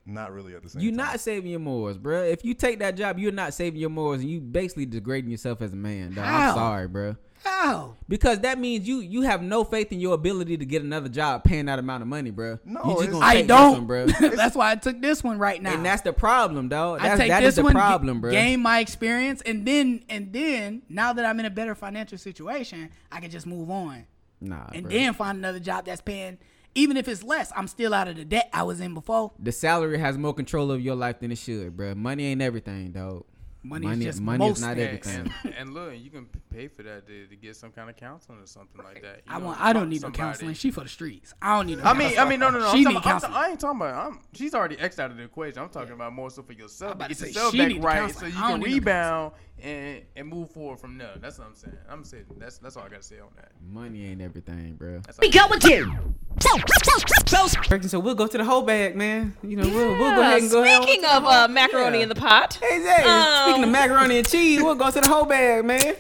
Speaker 10: not really at the same
Speaker 5: you're
Speaker 10: time.
Speaker 5: not saving your morals, bro. If you take that job, you're not saving your morals, and you basically degrading yourself as a man, dog.
Speaker 9: How?
Speaker 5: I'm sorry, bro.
Speaker 9: How?
Speaker 5: Because that means you you have no faith in your ability to get another job paying that amount of money, bro.
Speaker 10: No,
Speaker 5: you
Speaker 10: it's-
Speaker 5: gonna
Speaker 9: I
Speaker 5: take this
Speaker 9: don't,
Speaker 5: one,
Speaker 9: bro.
Speaker 5: bro.
Speaker 9: that's why I took this one right now.
Speaker 5: And that's the problem, dog.
Speaker 9: I
Speaker 5: That's,
Speaker 9: take
Speaker 5: that
Speaker 9: this
Speaker 5: is the
Speaker 9: one,
Speaker 5: problem, bro.
Speaker 9: gain my experience, and then and then now that I'm in a better financial situation, I can just move on
Speaker 5: Nah,
Speaker 9: and
Speaker 5: bro.
Speaker 9: then find another job that's paying. Even if it's less, I'm still out of the debt I was in before.
Speaker 5: the salary has more control of your life than it should, bro. Money ain't everything, dog.
Speaker 9: Money is just
Speaker 5: money
Speaker 9: most
Speaker 5: is not
Speaker 9: things.
Speaker 5: everything.
Speaker 4: And, and look, you can pay for that to, to get some kind of counseling or something like that. You
Speaker 9: I
Speaker 4: know,
Speaker 9: want.
Speaker 4: to
Speaker 9: I don't
Speaker 4: talk
Speaker 9: need
Speaker 4: to
Speaker 9: no counseling.
Speaker 4: somebody.
Speaker 9: She for the streets. I don't need no.
Speaker 4: I mean, I
Speaker 9: counseling.
Speaker 4: mean, no, no, no.
Speaker 9: She
Speaker 4: I'm
Speaker 9: need
Speaker 4: talking, I'm ta-
Speaker 9: counseling.
Speaker 4: I ain't talking about. I'm, she's already x out of the equation. I'm talking about more so for yourself.
Speaker 9: I'm about
Speaker 4: to get
Speaker 9: to say,
Speaker 4: yourself
Speaker 9: she
Speaker 4: back
Speaker 9: need the
Speaker 4: right, so
Speaker 9: counseling.
Speaker 4: you
Speaker 9: I don't
Speaker 4: can
Speaker 9: need no
Speaker 4: rebound and and move forward from there. That's what I'm saying. I'm saying that's that's all I gotta say on that.
Speaker 5: Money ain't everything, bro.
Speaker 6: We go again. So, so, so, so.
Speaker 5: So we'll go to the whole bag, man. You know, we'll, we'll go
Speaker 11: Yeah,
Speaker 5: ahead and go ahead.
Speaker 11: Speaking of uh, macaroni
Speaker 5: Yeah.
Speaker 11: in the pot.
Speaker 5: Exactly.
Speaker 11: Um,
Speaker 5: Speaking of macaroni and cheese, we'll go to the whole bag, man.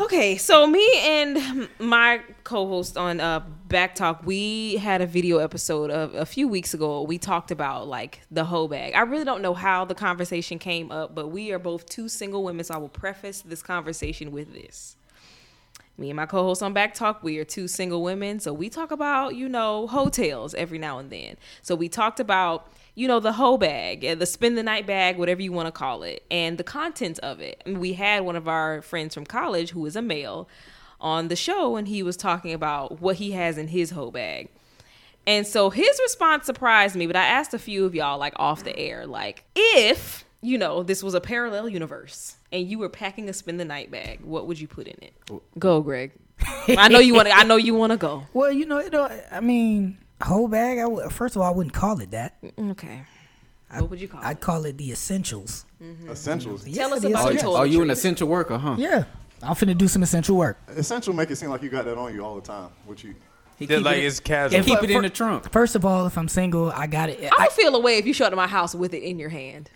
Speaker 11: Okay, so me and my co-host on uh, Back Talk, we had a video episode of a few weeks ago. We talked about like the hoe bag. I really don't know how the conversation came up, but we are both two single women, so I will preface this conversation with this. Me and my co-host on Back Talk, we are two single women, so we talk about you know hotels every now and then. So we talked about you know the hoe bag, eh, the spend the night bag, whatever you want to call it, and the contents of it. And we had one of our friends from college who is a male on the show, and he was talking about what he has in his hoe bag. And so his response surprised me, but I asked a few of y'all, like off the air, like, if, you know, this was a parallel universe and you were packing a spend the night bag, what would you put in it? Go, Greg. I know you want to, I know you want to go.
Speaker 9: Well, you know, it don't, I mean, a whole bag. I would, first of all, I wouldn't call it that.
Speaker 11: Okay. What would you call
Speaker 9: I'd
Speaker 11: it?
Speaker 9: call it the essentials.
Speaker 10: Essentials.
Speaker 11: Tell
Speaker 9: Yeah,
Speaker 11: us
Speaker 9: the
Speaker 11: about
Speaker 9: essentials.
Speaker 11: your
Speaker 5: Oh, you an essential worker, huh?
Speaker 9: Yeah, I'm finna do some essential work.
Speaker 10: Essential make it seem like you got that on you all the time. What you?
Speaker 5: He
Speaker 4: That,
Speaker 5: keep
Speaker 4: like
Speaker 5: it,
Speaker 4: it's casual.
Speaker 5: he keep it in the trunk.
Speaker 9: First of all, if I'm single, I got it.
Speaker 11: I
Speaker 9: I,
Speaker 11: would feel away if you showed up to my house with it in your hand.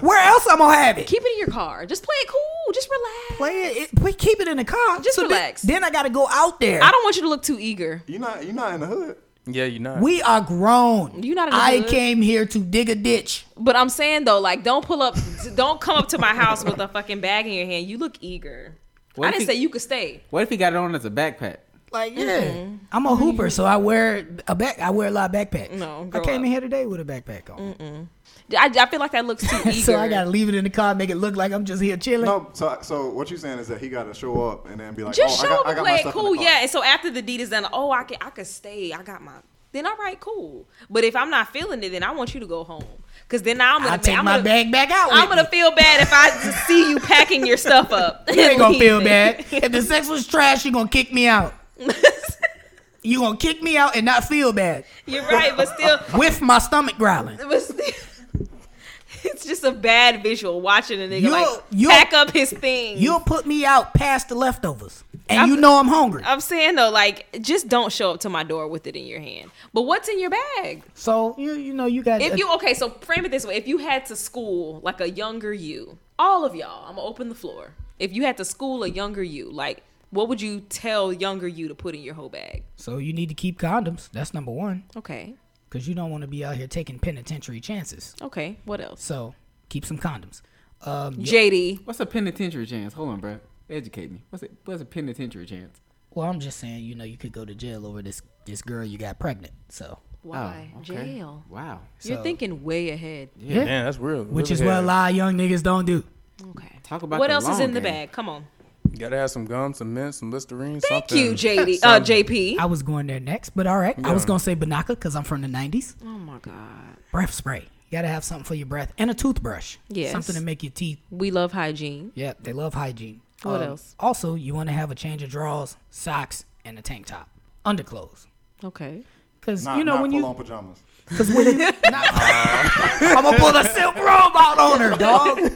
Speaker 9: where else I'm gonna have it?
Speaker 11: Oh. Keep it in your car. Just play it cool. Just relax.
Speaker 9: Play it, it. We keep it in the car.
Speaker 11: Just
Speaker 9: then-
Speaker 11: relax.
Speaker 9: Then, I gotta go out there.
Speaker 11: I don't want you to look too eager.
Speaker 10: You not? You not in the hood?
Speaker 4: Yeah, you're not.
Speaker 9: we are uh, grown.
Speaker 11: You not in the
Speaker 9: I
Speaker 11: hood.
Speaker 9: came here to dig a ditch.
Speaker 11: But I'm saying though, like, don't pull up, don't come up to my house with a fucking bag in your hand. You look eager.
Speaker 5: What
Speaker 11: I
Speaker 5: if
Speaker 11: didn't
Speaker 5: he-
Speaker 11: say you could stay.
Speaker 5: What if he got it on as a backpack?
Speaker 9: Like yeah,
Speaker 11: Mm-hmm.
Speaker 9: I'm a hooper, so I wear a back. I wear a lot of backpacks.
Speaker 11: No,
Speaker 9: I
Speaker 11: grow
Speaker 9: came
Speaker 11: up.
Speaker 9: in here today with a backpack on,
Speaker 11: I, I feel like that looks too eager.
Speaker 9: so I gotta leave it in the car, make it look like I'm just here chilling.
Speaker 10: No. So, so what you saying is that he got to show up and then be like,
Speaker 11: Just
Speaker 10: oh,
Speaker 11: show
Speaker 10: I
Speaker 11: up
Speaker 10: got, I
Speaker 11: and
Speaker 10: got
Speaker 11: play
Speaker 10: my
Speaker 11: it
Speaker 10: stuff
Speaker 11: cool,
Speaker 10: in the car.
Speaker 11: yeah. And so after the deed is done, oh, I can I could stay. I got my. Then all right, cool. But if I'm not feeling it, then I want you to go home. Cause then now I'm gonna
Speaker 9: I take
Speaker 11: I'm
Speaker 9: my
Speaker 11: gonna,
Speaker 9: bag back out.
Speaker 11: I'm
Speaker 9: with
Speaker 11: gonna
Speaker 9: me.
Speaker 11: feel bad if I just see you packing your stuff up.
Speaker 9: You ain't gonna feel bad. If the sex was trash, you gonna kick me out. you gonna kick me out and not feel bad
Speaker 11: You're right, but still,
Speaker 9: with my stomach growling.
Speaker 11: but still. It's just a bad visual watching a nigga
Speaker 9: You'll-
Speaker 11: like
Speaker 9: you'll-
Speaker 11: pack up his things.
Speaker 9: You'll put me out past the leftovers, and
Speaker 11: I'm-
Speaker 9: you know I'm hungry.
Speaker 11: I'm saying though, like, just don't show up to my door with it in your hand. But what's in your bag?
Speaker 9: so you you know you got
Speaker 11: If you okay, so frame it this way: if you had to school like a younger you, all of y'all, I'm gonna open the floor. If you had to school a younger you, like, what would you tell younger you to put in your whole bag?
Speaker 9: so you need to keep condoms. That's number one,
Speaker 11: Okay,
Speaker 9: because you don't want to be out here taking penitentiary chances.
Speaker 11: okay, what else?
Speaker 9: So keep some condoms. Um,
Speaker 11: JD,
Speaker 5: What's a penitentiary chance? Hold on, bro. Educate me. What's it? What's a penitentiary chance?
Speaker 9: well, I'm just saying, you know, you could go to jail over this this girl you got pregnant. So
Speaker 11: why
Speaker 5: Oh, okay.
Speaker 11: jail?
Speaker 5: Wow.
Speaker 11: You're thinking way ahead.
Speaker 9: yeah.
Speaker 4: Man, that's real.
Speaker 9: which is what a lot of young niggas don't do.
Speaker 11: Okay.
Speaker 5: Talk about
Speaker 11: what
Speaker 5: the
Speaker 11: else is
Speaker 5: long
Speaker 11: in the
Speaker 5: game.
Speaker 11: bag? Come on.
Speaker 4: Gotta have some gum, some mint, some Listerine.
Speaker 11: Thank
Speaker 4: something.
Speaker 11: you, JD. Uh, JP.
Speaker 9: I was going there next, but all right. I was gonna say Banaka because I'm from the '90s.
Speaker 11: oh my God.
Speaker 9: Breath spray. You gotta have something for your breath and a toothbrush.
Speaker 11: Yes.
Speaker 9: Something to make your teeth.
Speaker 11: We love hygiene.
Speaker 9: Yep. They love hygiene.
Speaker 11: What else?
Speaker 9: Also, you want to have a change of drawers, socks, and a tank top, underclothes.
Speaker 11: Okay.
Speaker 9: Cause
Speaker 10: Not,
Speaker 9: you know
Speaker 10: not
Speaker 9: when
Speaker 10: full
Speaker 9: you,
Speaker 10: on pajamas.
Speaker 9: cause when you, Nah. I'm gonna pull the silk robe out on her, dog. I'm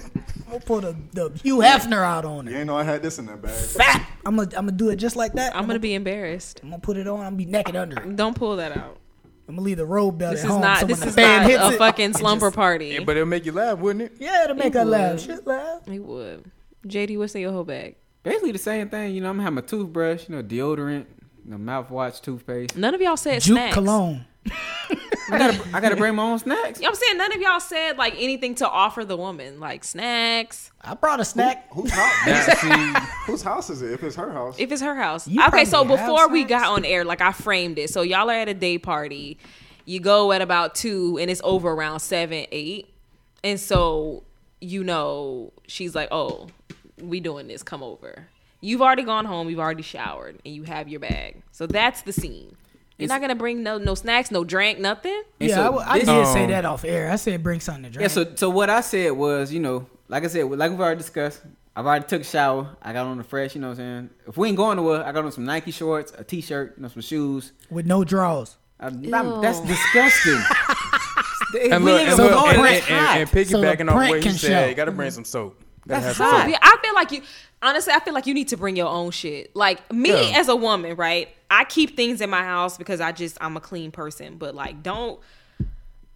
Speaker 9: gonna pull the, the Hugh Hefner out on
Speaker 10: You
Speaker 9: her.
Speaker 10: ain't know I had this in that bag.
Speaker 9: Fat. I'm gonna I'm gonna do it just like that.
Speaker 11: I'm gonna be embarrassed.
Speaker 9: I'm gonna put it on. I'm gonna be naked under it.
Speaker 11: Don't pull that out.
Speaker 9: I'm gonna leave the road belt
Speaker 11: This
Speaker 9: at
Speaker 11: is
Speaker 9: home.
Speaker 11: not.
Speaker 9: so
Speaker 11: This
Speaker 9: when
Speaker 11: is
Speaker 9: the band
Speaker 11: not
Speaker 9: hits
Speaker 11: a
Speaker 9: it,
Speaker 11: fucking
Speaker 9: it
Speaker 11: slumber
Speaker 9: just-
Speaker 11: party.
Speaker 4: Yeah, but it'll make you laugh, wouldn't it?
Speaker 9: Yeah, to make her laugh.
Speaker 11: would.
Speaker 9: Shit laugh.
Speaker 11: He would. JD, what's in your whole bag?
Speaker 5: Basically the same thing. You know, I'm gonna have my toothbrush, you know, deodorant, you know, mouthwash, toothpaste.
Speaker 11: None of y'all said
Speaker 9: Juke
Speaker 11: snacks.
Speaker 9: cologne.
Speaker 5: I gotta, I gotta bring my own snacks.
Speaker 11: I'm saying none of y'all said like anything to offer the woman, like snacks.
Speaker 9: I brought a snack.
Speaker 10: Whose house? whose house is it? If it's her house,
Speaker 11: If it's her house.
Speaker 9: You
Speaker 11: okay, so
Speaker 9: probably have
Speaker 11: before we
Speaker 9: snacks.
Speaker 11: got on air, like I framed it. So y'all are at a day party. You go at about two and it's over around seven, eight. And so, you know, she's like, Oh, we doing this, come over. You've already gone home, you've already showered, and you have your bag. So that's the scene. You're not gonna bring no no snacks, no drink, nothing.
Speaker 5: And
Speaker 9: yeah,
Speaker 5: so
Speaker 9: I w- I,
Speaker 5: this-
Speaker 9: did say that off air. I said bring something to drink.
Speaker 5: Yeah, so so what I said was, you know, like I said, like we've already discussed, I've already took a shower. I got on the fresh, you know what I'm saying? If we ain't going nowhere, I got on some Nike shorts, a t shirt, you know, some shoes.
Speaker 9: With no draws.
Speaker 5: I, I'm- that's disgusting.
Speaker 4: And
Speaker 5: We
Speaker 4: look,
Speaker 5: ain't
Speaker 4: and,
Speaker 5: gonna
Speaker 4: look,
Speaker 5: go
Speaker 4: and,
Speaker 5: nowhere.
Speaker 4: and, and, and piggybacking
Speaker 9: So the
Speaker 4: on
Speaker 9: print
Speaker 4: what he
Speaker 9: can
Speaker 4: said,
Speaker 9: show.
Speaker 4: you gotta bring some soap.
Speaker 5: That's
Speaker 4: Gotta have
Speaker 5: hot.
Speaker 4: soap.
Speaker 11: Yeah, I feel like you. Honestly, I feel like you need to bring your own shit. Like me
Speaker 4: Yeah.
Speaker 11: as a woman, right? I keep things in my house because I just I'm a clean person. But like, don't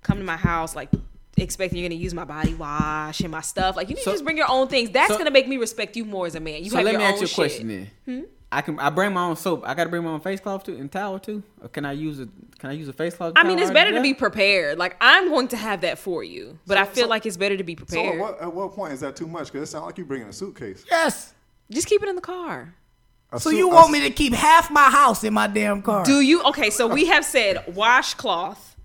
Speaker 11: come to my house like expecting you're gonna use my body wash and my stuff. Like you need
Speaker 5: So-
Speaker 11: to just bring your own things. That's
Speaker 5: so-
Speaker 11: gonna make me respect you more as a man. You
Speaker 5: so
Speaker 11: have
Speaker 5: let
Speaker 11: your
Speaker 5: me
Speaker 11: own
Speaker 5: ask you a
Speaker 11: shit. Hmm?
Speaker 5: question then. I can I bring my own soap. I gotta bring my own face cloth too and towel too? Or can I use a can I use a face cloth?
Speaker 11: I mean,
Speaker 5: towel
Speaker 11: it's better to
Speaker 5: already
Speaker 11: be
Speaker 5: there?
Speaker 11: prepared. Like I'm going to have that for you, but I feel like it's better to be
Speaker 10: so
Speaker 11: prepared.
Speaker 10: at what, at what point is that too much? Because it sounds like you bringing a suitcase.
Speaker 9: Yes.
Speaker 11: Just keep it in the car.
Speaker 10: A
Speaker 9: So
Speaker 10: suit-
Speaker 9: you
Speaker 10: a
Speaker 9: want me to keep half my house in my damn car?
Speaker 11: Do you? Okay, so we have said washcloth,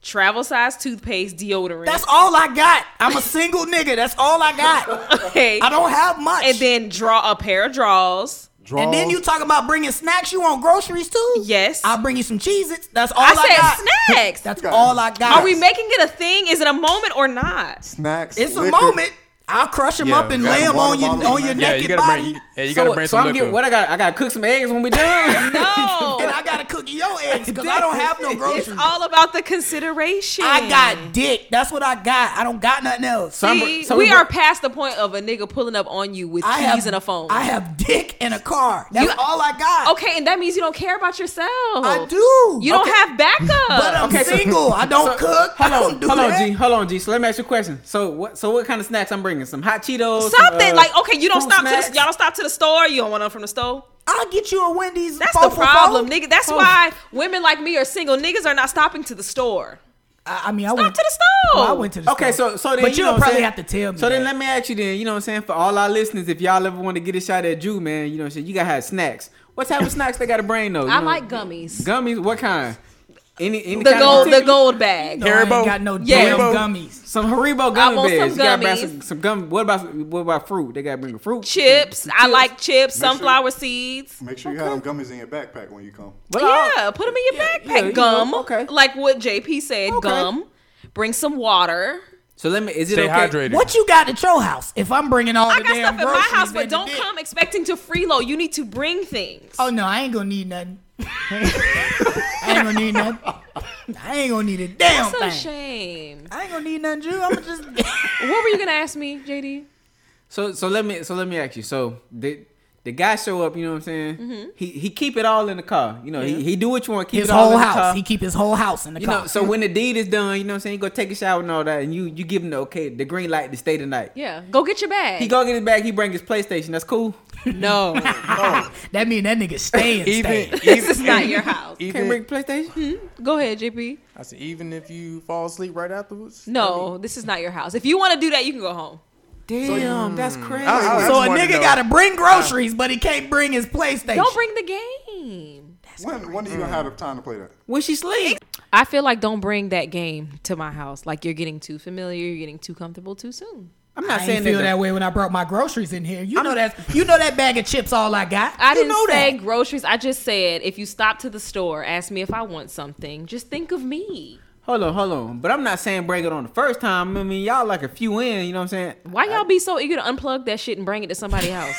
Speaker 11: travel size toothpaste, deodorant.
Speaker 9: That's all I got. I'm a single nigga. That's all I got.
Speaker 11: okay.
Speaker 9: I don't have much.
Speaker 11: and then draw a pair of draws.
Speaker 10: Draws,
Speaker 9: And then you talk about bringing snacks. You want groceries too?
Speaker 11: Yes.
Speaker 9: I'll bring you some Cheez-Its. That's all I,
Speaker 11: I said
Speaker 9: got.
Speaker 11: snacks.
Speaker 9: That's
Speaker 10: Got it.
Speaker 9: all I got.
Speaker 11: Are we making it a thing? Is it a moment or not?
Speaker 10: snacks.
Speaker 9: It's a
Speaker 10: liquor.
Speaker 9: moment. I'll crush them
Speaker 4: Yeah,
Speaker 9: up and
Speaker 10: got
Speaker 9: lay
Speaker 10: a
Speaker 9: them
Speaker 10: water
Speaker 9: on your
Speaker 10: bottle
Speaker 9: on
Speaker 10: in
Speaker 9: your
Speaker 10: there.
Speaker 4: Yeah,
Speaker 9: naked
Speaker 4: you gotta
Speaker 9: body.
Speaker 4: bring. Yeah, you gotta
Speaker 5: so,
Speaker 4: bring
Speaker 5: so
Speaker 4: some
Speaker 5: I'm
Speaker 4: liquor.
Speaker 5: getting what I got I gotta cook some eggs when we done.
Speaker 9: And
Speaker 11: No.
Speaker 9: I gotta cook your eggs because I don't have no
Speaker 11: It's
Speaker 9: groceries.
Speaker 11: all about the consideration.
Speaker 9: I got dick. That's what I got. I don't got nothing else.
Speaker 5: I'm-
Speaker 11: See,
Speaker 5: so
Speaker 11: we
Speaker 5: we-
Speaker 11: are past the point of a nigga pulling up on you with
Speaker 9: I
Speaker 11: keys
Speaker 9: have
Speaker 11: and a phone.
Speaker 9: I have dick and a car. That's
Speaker 11: You-
Speaker 9: all I got.
Speaker 11: okay, and that means you don't care about yourself.
Speaker 9: I do.
Speaker 11: You
Speaker 9: Okay.
Speaker 11: don't have backup.
Speaker 9: But uh, I'm single. I don't cook.
Speaker 5: Hold
Speaker 9: I
Speaker 5: on,
Speaker 9: don't do
Speaker 5: hold
Speaker 9: that.
Speaker 5: on, G. Hold on, G. So let me ask you a question. So what? So what kind of snacks I'm bringing? Some hot Cheetos, some,
Speaker 11: Something
Speaker 5: uh,
Speaker 11: like okay, you don't
Speaker 5: fruit
Speaker 11: stop to
Speaker 5: snacks?
Speaker 11: the, y'all don't stop to the store. You don't want none from the store.
Speaker 9: I'll get you a Wendy's.
Speaker 11: That's
Speaker 9: four
Speaker 11: the
Speaker 9: for four.
Speaker 11: problem, nigga. That's why women like me are single. Niggas are not stopping to the store.
Speaker 9: I, I mean, I
Speaker 11: Stop
Speaker 9: went
Speaker 11: to the store.
Speaker 9: Well, I went to the
Speaker 5: Okay,
Speaker 9: store.
Speaker 5: so so then
Speaker 9: but
Speaker 5: you know
Speaker 9: you'll
Speaker 5: what I'm
Speaker 9: probably
Speaker 5: saying?
Speaker 9: have to tell me.
Speaker 5: So then
Speaker 9: that.
Speaker 5: let me ask you then, you know what I'm saying? For all our listeners, if y'all ever want to get a shot at Jew, man, you know what I'm saying? You gotta have snacks. What type of snacks they gotta bring though? You
Speaker 11: I
Speaker 5: know,
Speaker 11: like gummies.
Speaker 5: gummies. What kind? Any any
Speaker 11: the
Speaker 5: kind
Speaker 11: gold,
Speaker 5: in
Speaker 11: the
Speaker 5: particular?
Speaker 11: gold bag.
Speaker 9: no, I ain't
Speaker 4: Haribo.
Speaker 9: got no
Speaker 11: Yeah.
Speaker 9: damn
Speaker 4: Haribo.
Speaker 9: gummies.
Speaker 5: Some Haribo
Speaker 11: I
Speaker 5: gummy
Speaker 11: want some
Speaker 5: bags. You gotta buy
Speaker 11: gummies.
Speaker 5: some, some gum. What about what about fruit? They gotta bring a fruit.
Speaker 11: Chips. I like chips.
Speaker 10: sure-
Speaker 11: Sunflower seeds.
Speaker 10: Make sure you have them gummies in your backpack when you come.
Speaker 5: What all-
Speaker 11: yeah, put them in your
Speaker 5: yeah,
Speaker 11: backpack.
Speaker 5: you know,
Speaker 11: gum.
Speaker 5: okay.
Speaker 11: Like what JP said. Gum. Bring some water.
Speaker 5: So let me. Is it
Speaker 4: Stay
Speaker 5: okay?
Speaker 4: hydrated.
Speaker 9: What you got at your house? If I'm bringing all
Speaker 11: I
Speaker 9: the
Speaker 11: got
Speaker 9: damn
Speaker 11: stuff in my
Speaker 9: groceries
Speaker 11: house, but
Speaker 9: and the
Speaker 11: don't
Speaker 9: dick-
Speaker 11: come expecting to freeload. You need to bring things.
Speaker 9: Oh no, I ain't gonna need nothing. I ain't gonna need nothing. I ain't gonna need a damn
Speaker 11: That's a
Speaker 9: thing.
Speaker 11: shame.
Speaker 9: I ain't gonna need nothing, Drew. I'm just.
Speaker 11: What were you gonna ask me, JD?
Speaker 5: So so let me so let me ask you. So the the guy show up, you know what I'm saying?
Speaker 11: Mm-hmm.
Speaker 5: He he keep it all in the car. You know, he, he do what you want, keep
Speaker 9: his
Speaker 5: it all
Speaker 9: whole
Speaker 5: in the
Speaker 9: house.
Speaker 5: car.
Speaker 9: He keep his whole house in the
Speaker 5: you
Speaker 9: car.
Speaker 5: know, so when the deed is done, you know what I'm saying, he go take a shower and all that, and you you give him the okay, the green light to stay the night.
Speaker 11: Yeah, go get your bag.
Speaker 5: He go get his bag, he bring his PlayStation, that's cool.
Speaker 11: no,
Speaker 9: that mean that nigga staying. staying.
Speaker 4: Even
Speaker 11: this is not your house.
Speaker 5: Can't bring
Speaker 4: even
Speaker 5: PlayStation?
Speaker 11: Go ahead, JP.
Speaker 4: I said even if you fall asleep right afterwards.
Speaker 11: No, this is not your house. If you want to do that, you can go home.
Speaker 5: Damn, that's crazy.
Speaker 4: I- I-
Speaker 9: So
Speaker 4: I
Speaker 9: a
Speaker 4: just wanted to
Speaker 9: nigga
Speaker 4: know.
Speaker 9: gotta bring groceries, but he can't bring his PlayStation.
Speaker 11: Don't bring the game.
Speaker 10: When, when are you
Speaker 9: Mm.
Speaker 10: gonna have the time to play that?
Speaker 5: when she sleep.
Speaker 11: I feel like don't bring that game to my house. Like you're getting too familiar, you're getting too comfortable too soon.
Speaker 5: I'm
Speaker 9: I
Speaker 5: not
Speaker 9: didn't
Speaker 5: saying
Speaker 9: feel
Speaker 5: that.
Speaker 9: that way when I brought my groceries in here. You know that. You know that bag of chips. All I got.
Speaker 11: I
Speaker 9: you
Speaker 11: didn't
Speaker 9: know
Speaker 11: say
Speaker 9: that.
Speaker 11: groceries. I just said if you stop to the store, ask me if I want something. Just think of me.
Speaker 5: Hold on, hold on. But I'm not saying bring it on the first time. I mean, y'all like a few in, you know what I'm saying?
Speaker 11: Why y'all be so eager to unplug that shit and bring it to somebody else?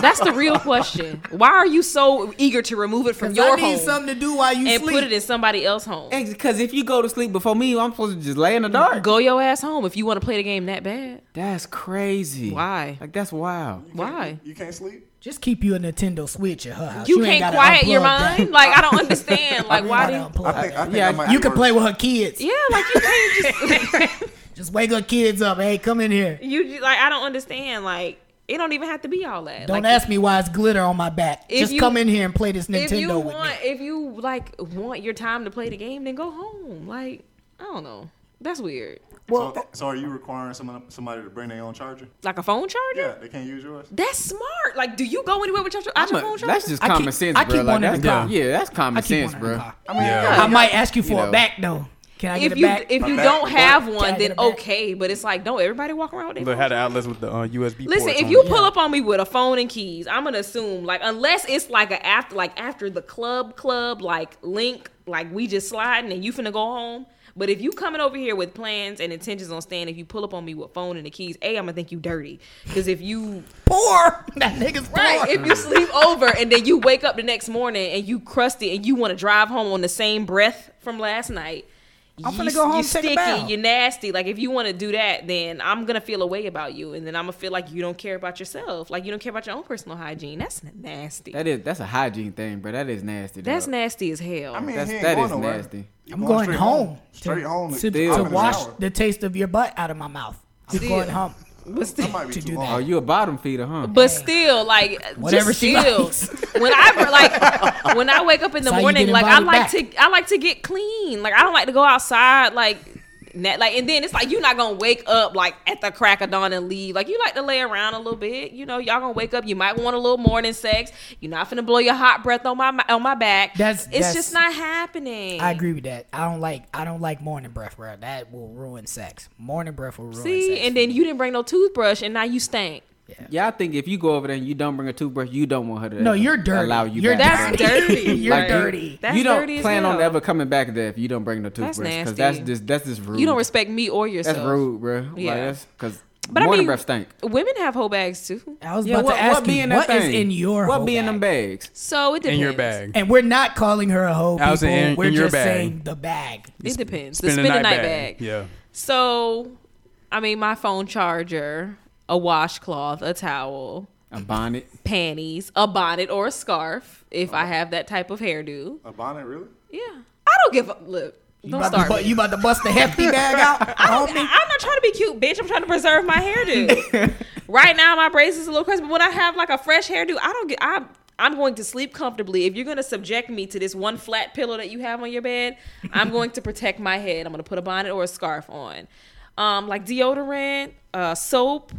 Speaker 11: That's the real question. Why are you so eager to remove it from
Speaker 9: 'Cause
Speaker 11: your
Speaker 9: I need
Speaker 11: home
Speaker 9: something to do while you
Speaker 11: and
Speaker 9: sleep.
Speaker 11: put it in somebody else's home?
Speaker 5: Because if you go to sleep before me, I'm supposed to just lay in the dark.
Speaker 11: Go your ass home if you want to play the game that bad.
Speaker 5: That's crazy.
Speaker 11: Why?
Speaker 5: Like that's wild.
Speaker 11: Why?
Speaker 10: You can't sleep.
Speaker 9: Just keep you a Nintendo Switch at her house.
Speaker 11: You,
Speaker 9: ain't
Speaker 11: can't
Speaker 9: gotta
Speaker 11: quiet your
Speaker 9: unplug that.
Speaker 11: mind. Like I don't understand. Like
Speaker 9: You
Speaker 11: why do?
Speaker 9: gotta
Speaker 11: You,
Speaker 9: unplug
Speaker 10: I think, I
Speaker 9: that.
Speaker 10: think I
Speaker 5: Yeah,
Speaker 10: might
Speaker 9: You
Speaker 10: be
Speaker 9: can
Speaker 10: worse.
Speaker 9: play with her kids.
Speaker 11: yeah, like you can't just.
Speaker 9: Just wake her kids up. Hey, come in here.
Speaker 11: you you- like I don't understand. Like it don't even have to be all that.
Speaker 9: Don't
Speaker 11: like,
Speaker 9: ask me why it's glitter on my back.
Speaker 11: If
Speaker 9: Just
Speaker 11: you-
Speaker 9: come in here and play this
Speaker 11: If
Speaker 9: Nintendo
Speaker 11: you
Speaker 9: with me.
Speaker 11: want, if you like want your time to play the game, then go home. Like I don't know. That's weird.
Speaker 10: so, so are you requiring someone somebody to bring their own charger?
Speaker 11: Like a phone charger.
Speaker 10: Yeah, they can't use yours.
Speaker 11: That's smart. Like, do you go anywhere with your, out
Speaker 2: I'm
Speaker 11: your
Speaker 2: a-
Speaker 11: phone charger?
Speaker 2: that's just
Speaker 9: I keep-
Speaker 2: common sense,
Speaker 9: I
Speaker 2: bro.
Speaker 9: keep
Speaker 2: Like,
Speaker 9: one in
Speaker 2: that's,
Speaker 9: the car.
Speaker 2: Yeah, that's
Speaker 9: I
Speaker 2: common
Speaker 9: keep one
Speaker 2: sense,
Speaker 9: in the
Speaker 2: bro.
Speaker 9: car.
Speaker 10: I mean,
Speaker 4: Yeah.
Speaker 10: yeah.
Speaker 9: I might ask you for
Speaker 2: know.
Speaker 9: a back though. Can I get
Speaker 11: if
Speaker 9: a
Speaker 11: you
Speaker 9: back?
Speaker 11: if you
Speaker 10: back
Speaker 11: don't
Speaker 10: work.
Speaker 11: have
Speaker 9: Gotta
Speaker 11: one,
Speaker 9: get
Speaker 11: then
Speaker 9: it back.
Speaker 11: okay. But it's like, don't everybody walk around with their
Speaker 4: Look,
Speaker 11: phone?
Speaker 4: had the outlets with the uh, USB.
Speaker 11: Listen,
Speaker 4: ports
Speaker 11: if
Speaker 4: on
Speaker 11: you
Speaker 4: it.
Speaker 11: pull up on me with a phone and keys, I'm gonna assume like unless it's like a after like after the club club like link like we just sliding and you finna go home. But if you coming over here with plans and intentions on staying, if you pull up on me with phone and the keys, a I'm gonna think you dirty because if you
Speaker 9: poor, that nigga's poor.
Speaker 11: Right. If you sleep over and then you wake up the next morning and you crusty and you want to drive home on the same breath from last night,
Speaker 9: I'm
Speaker 11: you,
Speaker 9: finna go home
Speaker 11: You
Speaker 9: and take a
Speaker 11: sticky,
Speaker 9: bath.
Speaker 11: you nasty. Like if you want to do that, then I'm gonna feel a way about you, and then I'm gonna feel like you don't care about yourself. Like you don't care about your own personal hygiene. That's nasty.
Speaker 2: That is that's a hygiene thing, bro. That is nasty. dog.
Speaker 11: That's nasty as hell.
Speaker 10: I mean,
Speaker 2: That's-
Speaker 10: he ain't
Speaker 2: that
Speaker 10: going
Speaker 2: is
Speaker 10: nowhere.
Speaker 2: nasty.
Speaker 10: You
Speaker 9: I'm going
Speaker 10: straight
Speaker 9: home. to-
Speaker 10: Straight home.
Speaker 9: to,
Speaker 2: Still.
Speaker 9: to
Speaker 2: I'm in the
Speaker 9: wash
Speaker 10: shower.
Speaker 9: the taste of your butt out of my mouth. I'm
Speaker 11: Still.
Speaker 9: going home.
Speaker 11: but still,
Speaker 10: That might be
Speaker 9: to
Speaker 10: too
Speaker 9: do
Speaker 10: long.
Speaker 2: Oh, you a bottom feeder, huh?
Speaker 11: but still, like
Speaker 9: Whatever
Speaker 11: just
Speaker 9: she
Speaker 11: still.
Speaker 9: likes.
Speaker 11: when I like when I wake up in the
Speaker 9: how you
Speaker 11: morning,
Speaker 9: get
Speaker 11: like I
Speaker 9: invited
Speaker 11: like
Speaker 9: back.
Speaker 11: to I like to get clean. Like I don't like to go outside like na- like and then it's like you're not gonna wake up like at the crack of dawn and leave. Like you like to lay around a little bit. You know, y'all gonna wake up. You might want a little morning sex. You're not finna blow your hot breath on my on my back.
Speaker 9: That's-
Speaker 11: it's
Speaker 9: that's-
Speaker 11: just not happening.
Speaker 9: I agree with that. I don't like I don't like morning breath, bro. That will ruin sex. Morning breath will ruin
Speaker 11: See,
Speaker 9: sex.
Speaker 11: and then you didn't bring no toothbrush, and now you stink.
Speaker 2: yeah, I think if you go over there and you don't bring a toothbrush, you don't want her to.
Speaker 9: no,
Speaker 2: ever
Speaker 9: you're dirty.
Speaker 2: Allow you.
Speaker 9: You're
Speaker 2: back,
Speaker 11: That's
Speaker 2: bro.
Speaker 11: dirty.
Speaker 9: You're
Speaker 2: Like, you-
Speaker 9: dirty.
Speaker 11: That's
Speaker 2: you don't
Speaker 11: dirty as
Speaker 2: plan on
Speaker 11: hell.
Speaker 2: ever coming back there if you don't bring the toothbrush.
Speaker 11: That's
Speaker 2: Because
Speaker 11: nasty.
Speaker 2: that's just that's just rude.
Speaker 11: You don't respect me or yourself.
Speaker 2: That's rude, bro.
Speaker 11: Yeah.
Speaker 2: Like that's because
Speaker 11: But I
Speaker 2: morning
Speaker 11: mean-
Speaker 2: breath stink.
Speaker 11: Women have hoe bags too.
Speaker 9: I was
Speaker 2: Yeah,
Speaker 9: about
Speaker 2: what,
Speaker 9: to ask
Speaker 2: what be
Speaker 9: you
Speaker 2: in
Speaker 9: what
Speaker 2: that
Speaker 9: is
Speaker 2: thing?
Speaker 9: in your
Speaker 2: what
Speaker 9: hoe
Speaker 2: be in
Speaker 9: bag?
Speaker 2: them bags?
Speaker 11: So it depends.
Speaker 4: in your bag.
Speaker 9: And we're not calling her a hoe.
Speaker 4: I was
Speaker 9: People.
Speaker 4: in- in
Speaker 9: we're
Speaker 4: your
Speaker 9: just
Speaker 4: bag.
Speaker 9: saying the bag.
Speaker 11: It depends. The spend the night, bag.
Speaker 4: Yeah.
Speaker 11: So, I mean, my phone charger, a washcloth, a towel,
Speaker 2: A bonnet.
Speaker 11: panties, a bonnet or a scarf if I have that type of hairdo.
Speaker 10: A bonnet, really?
Speaker 11: Yeah. I don't give a look.
Speaker 9: You
Speaker 11: Don't
Speaker 9: about, to,
Speaker 11: start.
Speaker 9: bu-
Speaker 11: me.
Speaker 9: you about to bust the hefty bag out?
Speaker 11: I don't, I'm not trying to be cute, bitch. I'm trying to preserve my hairdo. right now, my braids is a little crazy, but when I have like a fresh hairdo, I don't get. I I'm going to sleep comfortably. If you're going to subject me to this one flat pillow that you have on your bed, I'm going to protect my head. I'm going to put a bonnet or a scarf on, um, like deodorant, uh, soap,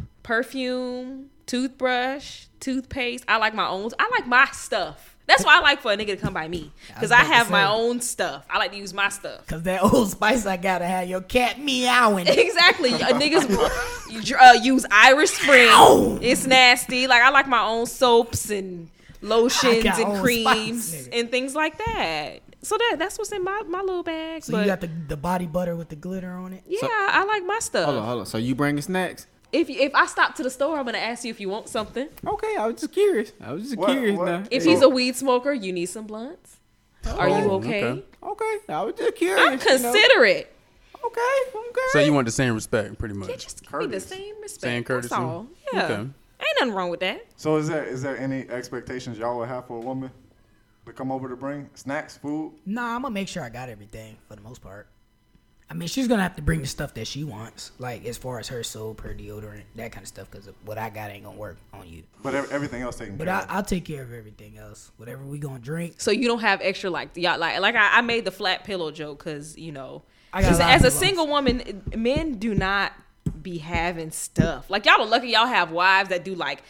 Speaker 11: perfume, toothbrush, toothpaste. I like my own. I like my stuff. That's why I like for a nigga to come by me because I,
Speaker 9: about to
Speaker 11: have my
Speaker 9: say.
Speaker 11: own stuff. I like to use my stuff.
Speaker 9: Cause that old spice, I gotta have your cat meowing.
Speaker 11: Exactly. Uh, Niggas you dr- uh, use Irish Spring.
Speaker 9: Ow.
Speaker 11: It's nasty. Like I like my own soaps and lotions
Speaker 9: got
Speaker 11: and
Speaker 9: own
Speaker 11: creams
Speaker 9: spots, nigga.
Speaker 11: and things like that. So that that's what's in my, my little bag.
Speaker 9: So
Speaker 11: but
Speaker 9: you got the, the body butter with the glitter on it.
Speaker 11: yeah, I like my stuff.
Speaker 2: Hold on, hold on. So you bringing snacks?
Speaker 11: If you- if I stop to the store, I'm gonna ask you if you want something.
Speaker 2: Okay, I was just curious. I was just
Speaker 10: What-
Speaker 2: curious
Speaker 10: what-
Speaker 2: now.
Speaker 11: If
Speaker 10: So-
Speaker 11: he's a weed smoker, you need some blunts. Are you okay?
Speaker 4: okay.
Speaker 2: Okay, I was just curious.
Speaker 11: I'm considerate.
Speaker 2: You know? Okay, okay.
Speaker 4: So you want the same respect, pretty much.
Speaker 11: They just give me the
Speaker 10: Courteous.
Speaker 11: same respect.
Speaker 4: Same
Speaker 11: That's
Speaker 4: courtesy.
Speaker 11: all. Yeah.
Speaker 4: Okay.
Speaker 11: Ain't nothing wrong with that.
Speaker 10: So is there is there any expectations y'all would have for a woman to come over to bring snacks, food?
Speaker 9: Nah, I'm gonna make sure I got everything for the most part. I mean, she's gonna have to bring the stuff that she wants, like as far as her soap, her deodorant, that kind of stuff. Cause what I got ain't gonna work on you.
Speaker 10: But ev- everything else taken
Speaker 9: But
Speaker 10: care
Speaker 9: I,
Speaker 10: of.
Speaker 9: I'll take care of everything else. Whatever we gonna drink.
Speaker 11: so you don't have extra like y'all like like I, I made the flat pillow joke because you know
Speaker 9: I got a
Speaker 11: 'cause
Speaker 9: lot of
Speaker 11: as a
Speaker 9: pillows.
Speaker 11: single woman men do not be having stuff like y'all are lucky y'all have wives that do like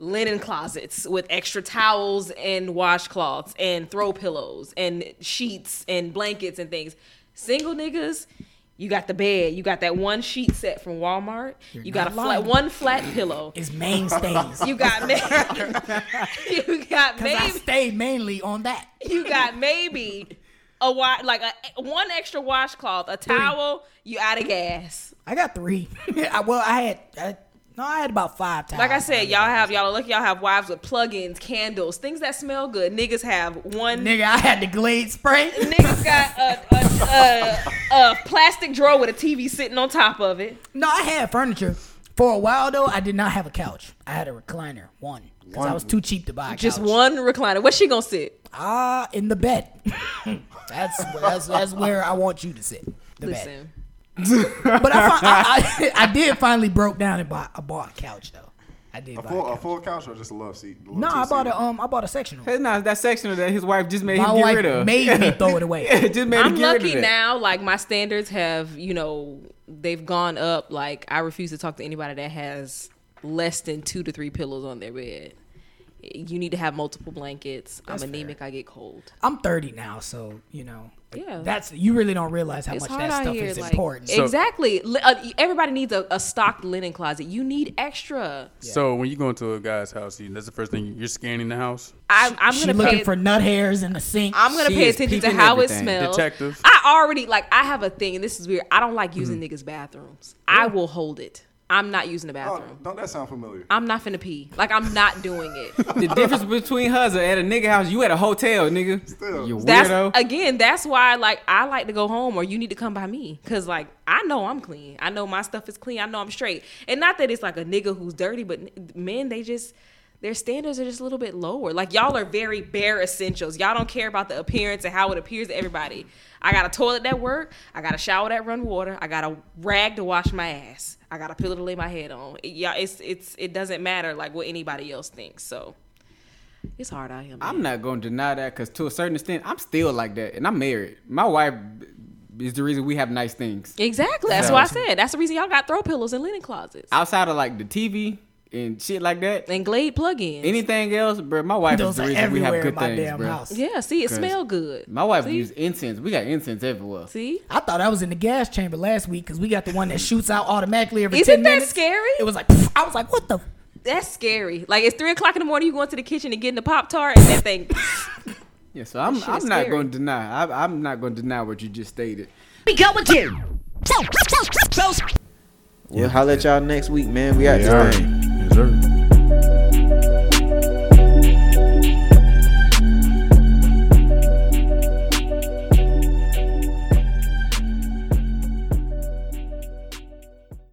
Speaker 11: linen closets with extra towels and washcloths and throw pillows and sheets and blankets and things single niggas you got the bed you got that one sheet set from walmart you got a
Speaker 9: not
Speaker 11: flat
Speaker 9: lying.
Speaker 11: one flat pillow
Speaker 9: It's mainstays.
Speaker 11: you got ma- you got
Speaker 9: Cause I
Speaker 11: maybe
Speaker 9: stay mainly on that.
Speaker 11: you got maybe a wa- like a one extra washcloth, a towel. You out of gas.
Speaker 9: I got three. I, well, I had I, no, I had about five times.
Speaker 11: Like I said, y'all have y'all are lucky. Y'all have wives with plug-ins, candles, things that smell good. Niggas have one.
Speaker 9: nigga, I had the Glade spray.
Speaker 11: Niggas got a, a, a, a plastic drawer with a TV sitting on top of it.
Speaker 9: No, I had furniture. For a while though, I did not have a couch. I had a recliner, one, because I was too cheap to buy. A
Speaker 11: Just
Speaker 9: couch.
Speaker 11: one recliner. Where's she gonna sit?
Speaker 9: Ah, in the bed. that's, that's that's where I want you to sit. The bed.
Speaker 11: Listen,
Speaker 9: But I, fin- I, I I did finally broke down and bought I bought a couch though. I did.
Speaker 10: A
Speaker 9: buy a
Speaker 10: full, a
Speaker 9: couch.
Speaker 10: full couch or just a love seat?
Speaker 9: No, I bought a um I bought a sectional.
Speaker 5: That's not that sectional that his wife just made
Speaker 9: My
Speaker 5: him get
Speaker 9: wife
Speaker 5: rid of.
Speaker 9: made me throw it away.
Speaker 5: just made him
Speaker 11: I'm
Speaker 5: get rid
Speaker 11: lucky
Speaker 5: of that.
Speaker 11: now. Like my standards have, you know, they've gone up. Like I refuse to talk to anybody that has less than two to three pillows on their bed. You need to have multiple blankets. I'm anemic. I get cold.
Speaker 9: I'm 30 now, so you know.
Speaker 11: Yeah.
Speaker 9: That's you really don't realize how
Speaker 11: It's
Speaker 9: much
Speaker 11: hard
Speaker 9: that
Speaker 11: out
Speaker 9: stuff
Speaker 11: here.
Speaker 9: is
Speaker 11: like,
Speaker 9: important.
Speaker 11: Exactly. Li- uh, everybody needs a, a stocked linen closet. You need extra.
Speaker 4: So when you go into a guy's house, you, that's the first thing you're scanning the house.
Speaker 11: I, I'm
Speaker 9: she
Speaker 11: gonna
Speaker 9: looking
Speaker 11: pay.
Speaker 9: for nut hairs in the sink.
Speaker 11: I'm gonna
Speaker 5: She
Speaker 11: pay
Speaker 5: is
Speaker 11: attention to
Speaker 5: peeping
Speaker 11: how it
Speaker 5: everything.
Speaker 11: smells.
Speaker 4: Detective.
Speaker 11: I already like. I have a thing, and this is weird. I don't like
Speaker 9: Mm.
Speaker 11: using niggas' bathrooms. I will hold it. I'm not using the
Speaker 10: Oh,
Speaker 11: bathroom.
Speaker 10: don't that sound familiar?
Speaker 11: I'm not finna pee. Like I'm not doing it.
Speaker 5: The difference between us at a nigga house, you at a hotel, nigga. You
Speaker 11: That's
Speaker 5: weirdo.
Speaker 11: again. That's why like I like to go home, or you need to come by me, cause like I know I'm clean. I know my stuff is clean. I know I'm straight. And not that it's like a nigga who's dirty, but n- men they just their standards are just a little bit lower. Like y'all are very bare essentials. Y'all don't care about the appearance and how it appears to everybody. I got a toilet that work. I got a shower that run water. I got a rag to wash my ass. I got a pillow to lay my head on. Yeah, it's it's it doesn't matter like what anybody else thinks. So it's hard out here. man.
Speaker 5: I'm not gonna deny that because to a certain extent, I'm still like that, and I'm married. My wife is the reason we have nice things
Speaker 11: Exactly. That's what I said. That's the reason y'all got throw pillows and linen closets
Speaker 5: outside of like the TV and shit like that.
Speaker 11: and Glade plug-ins.
Speaker 5: Anything else, bro? My wife
Speaker 9: Those
Speaker 5: is
Speaker 9: are
Speaker 5: the reason we
Speaker 9: everywhere
Speaker 5: have
Speaker 9: in
Speaker 5: good
Speaker 9: my
Speaker 5: things,
Speaker 9: damn
Speaker 5: bro.
Speaker 9: house.
Speaker 11: yeah. See, it
Speaker 5: Cause
Speaker 11: smell good.
Speaker 5: My wife
Speaker 11: see?
Speaker 5: used incense. We got incense everywhere.
Speaker 11: See,
Speaker 9: I thought I was in the gas chamber last week because we got the one that shoots out automatically every
Speaker 11: Isn't
Speaker 9: 10
Speaker 11: that
Speaker 9: minutes.
Speaker 11: scary?
Speaker 9: It was like, pff, I was like, what the? f-
Speaker 11: that's scary. Like it's three o'clock in the morning. You go into the kitchen and get in the pop tart and that thing.
Speaker 5: Yeah, so I'm
Speaker 11: shit
Speaker 5: I'm
Speaker 11: is
Speaker 5: not
Speaker 11: scary.
Speaker 5: gonna deny. I, I'm not gonna deny what you just stated.
Speaker 6: Be going to. So, so, so, so.
Speaker 12: We'll holler at y'all next week, man. We out this thing.
Speaker 3: Yes, sir.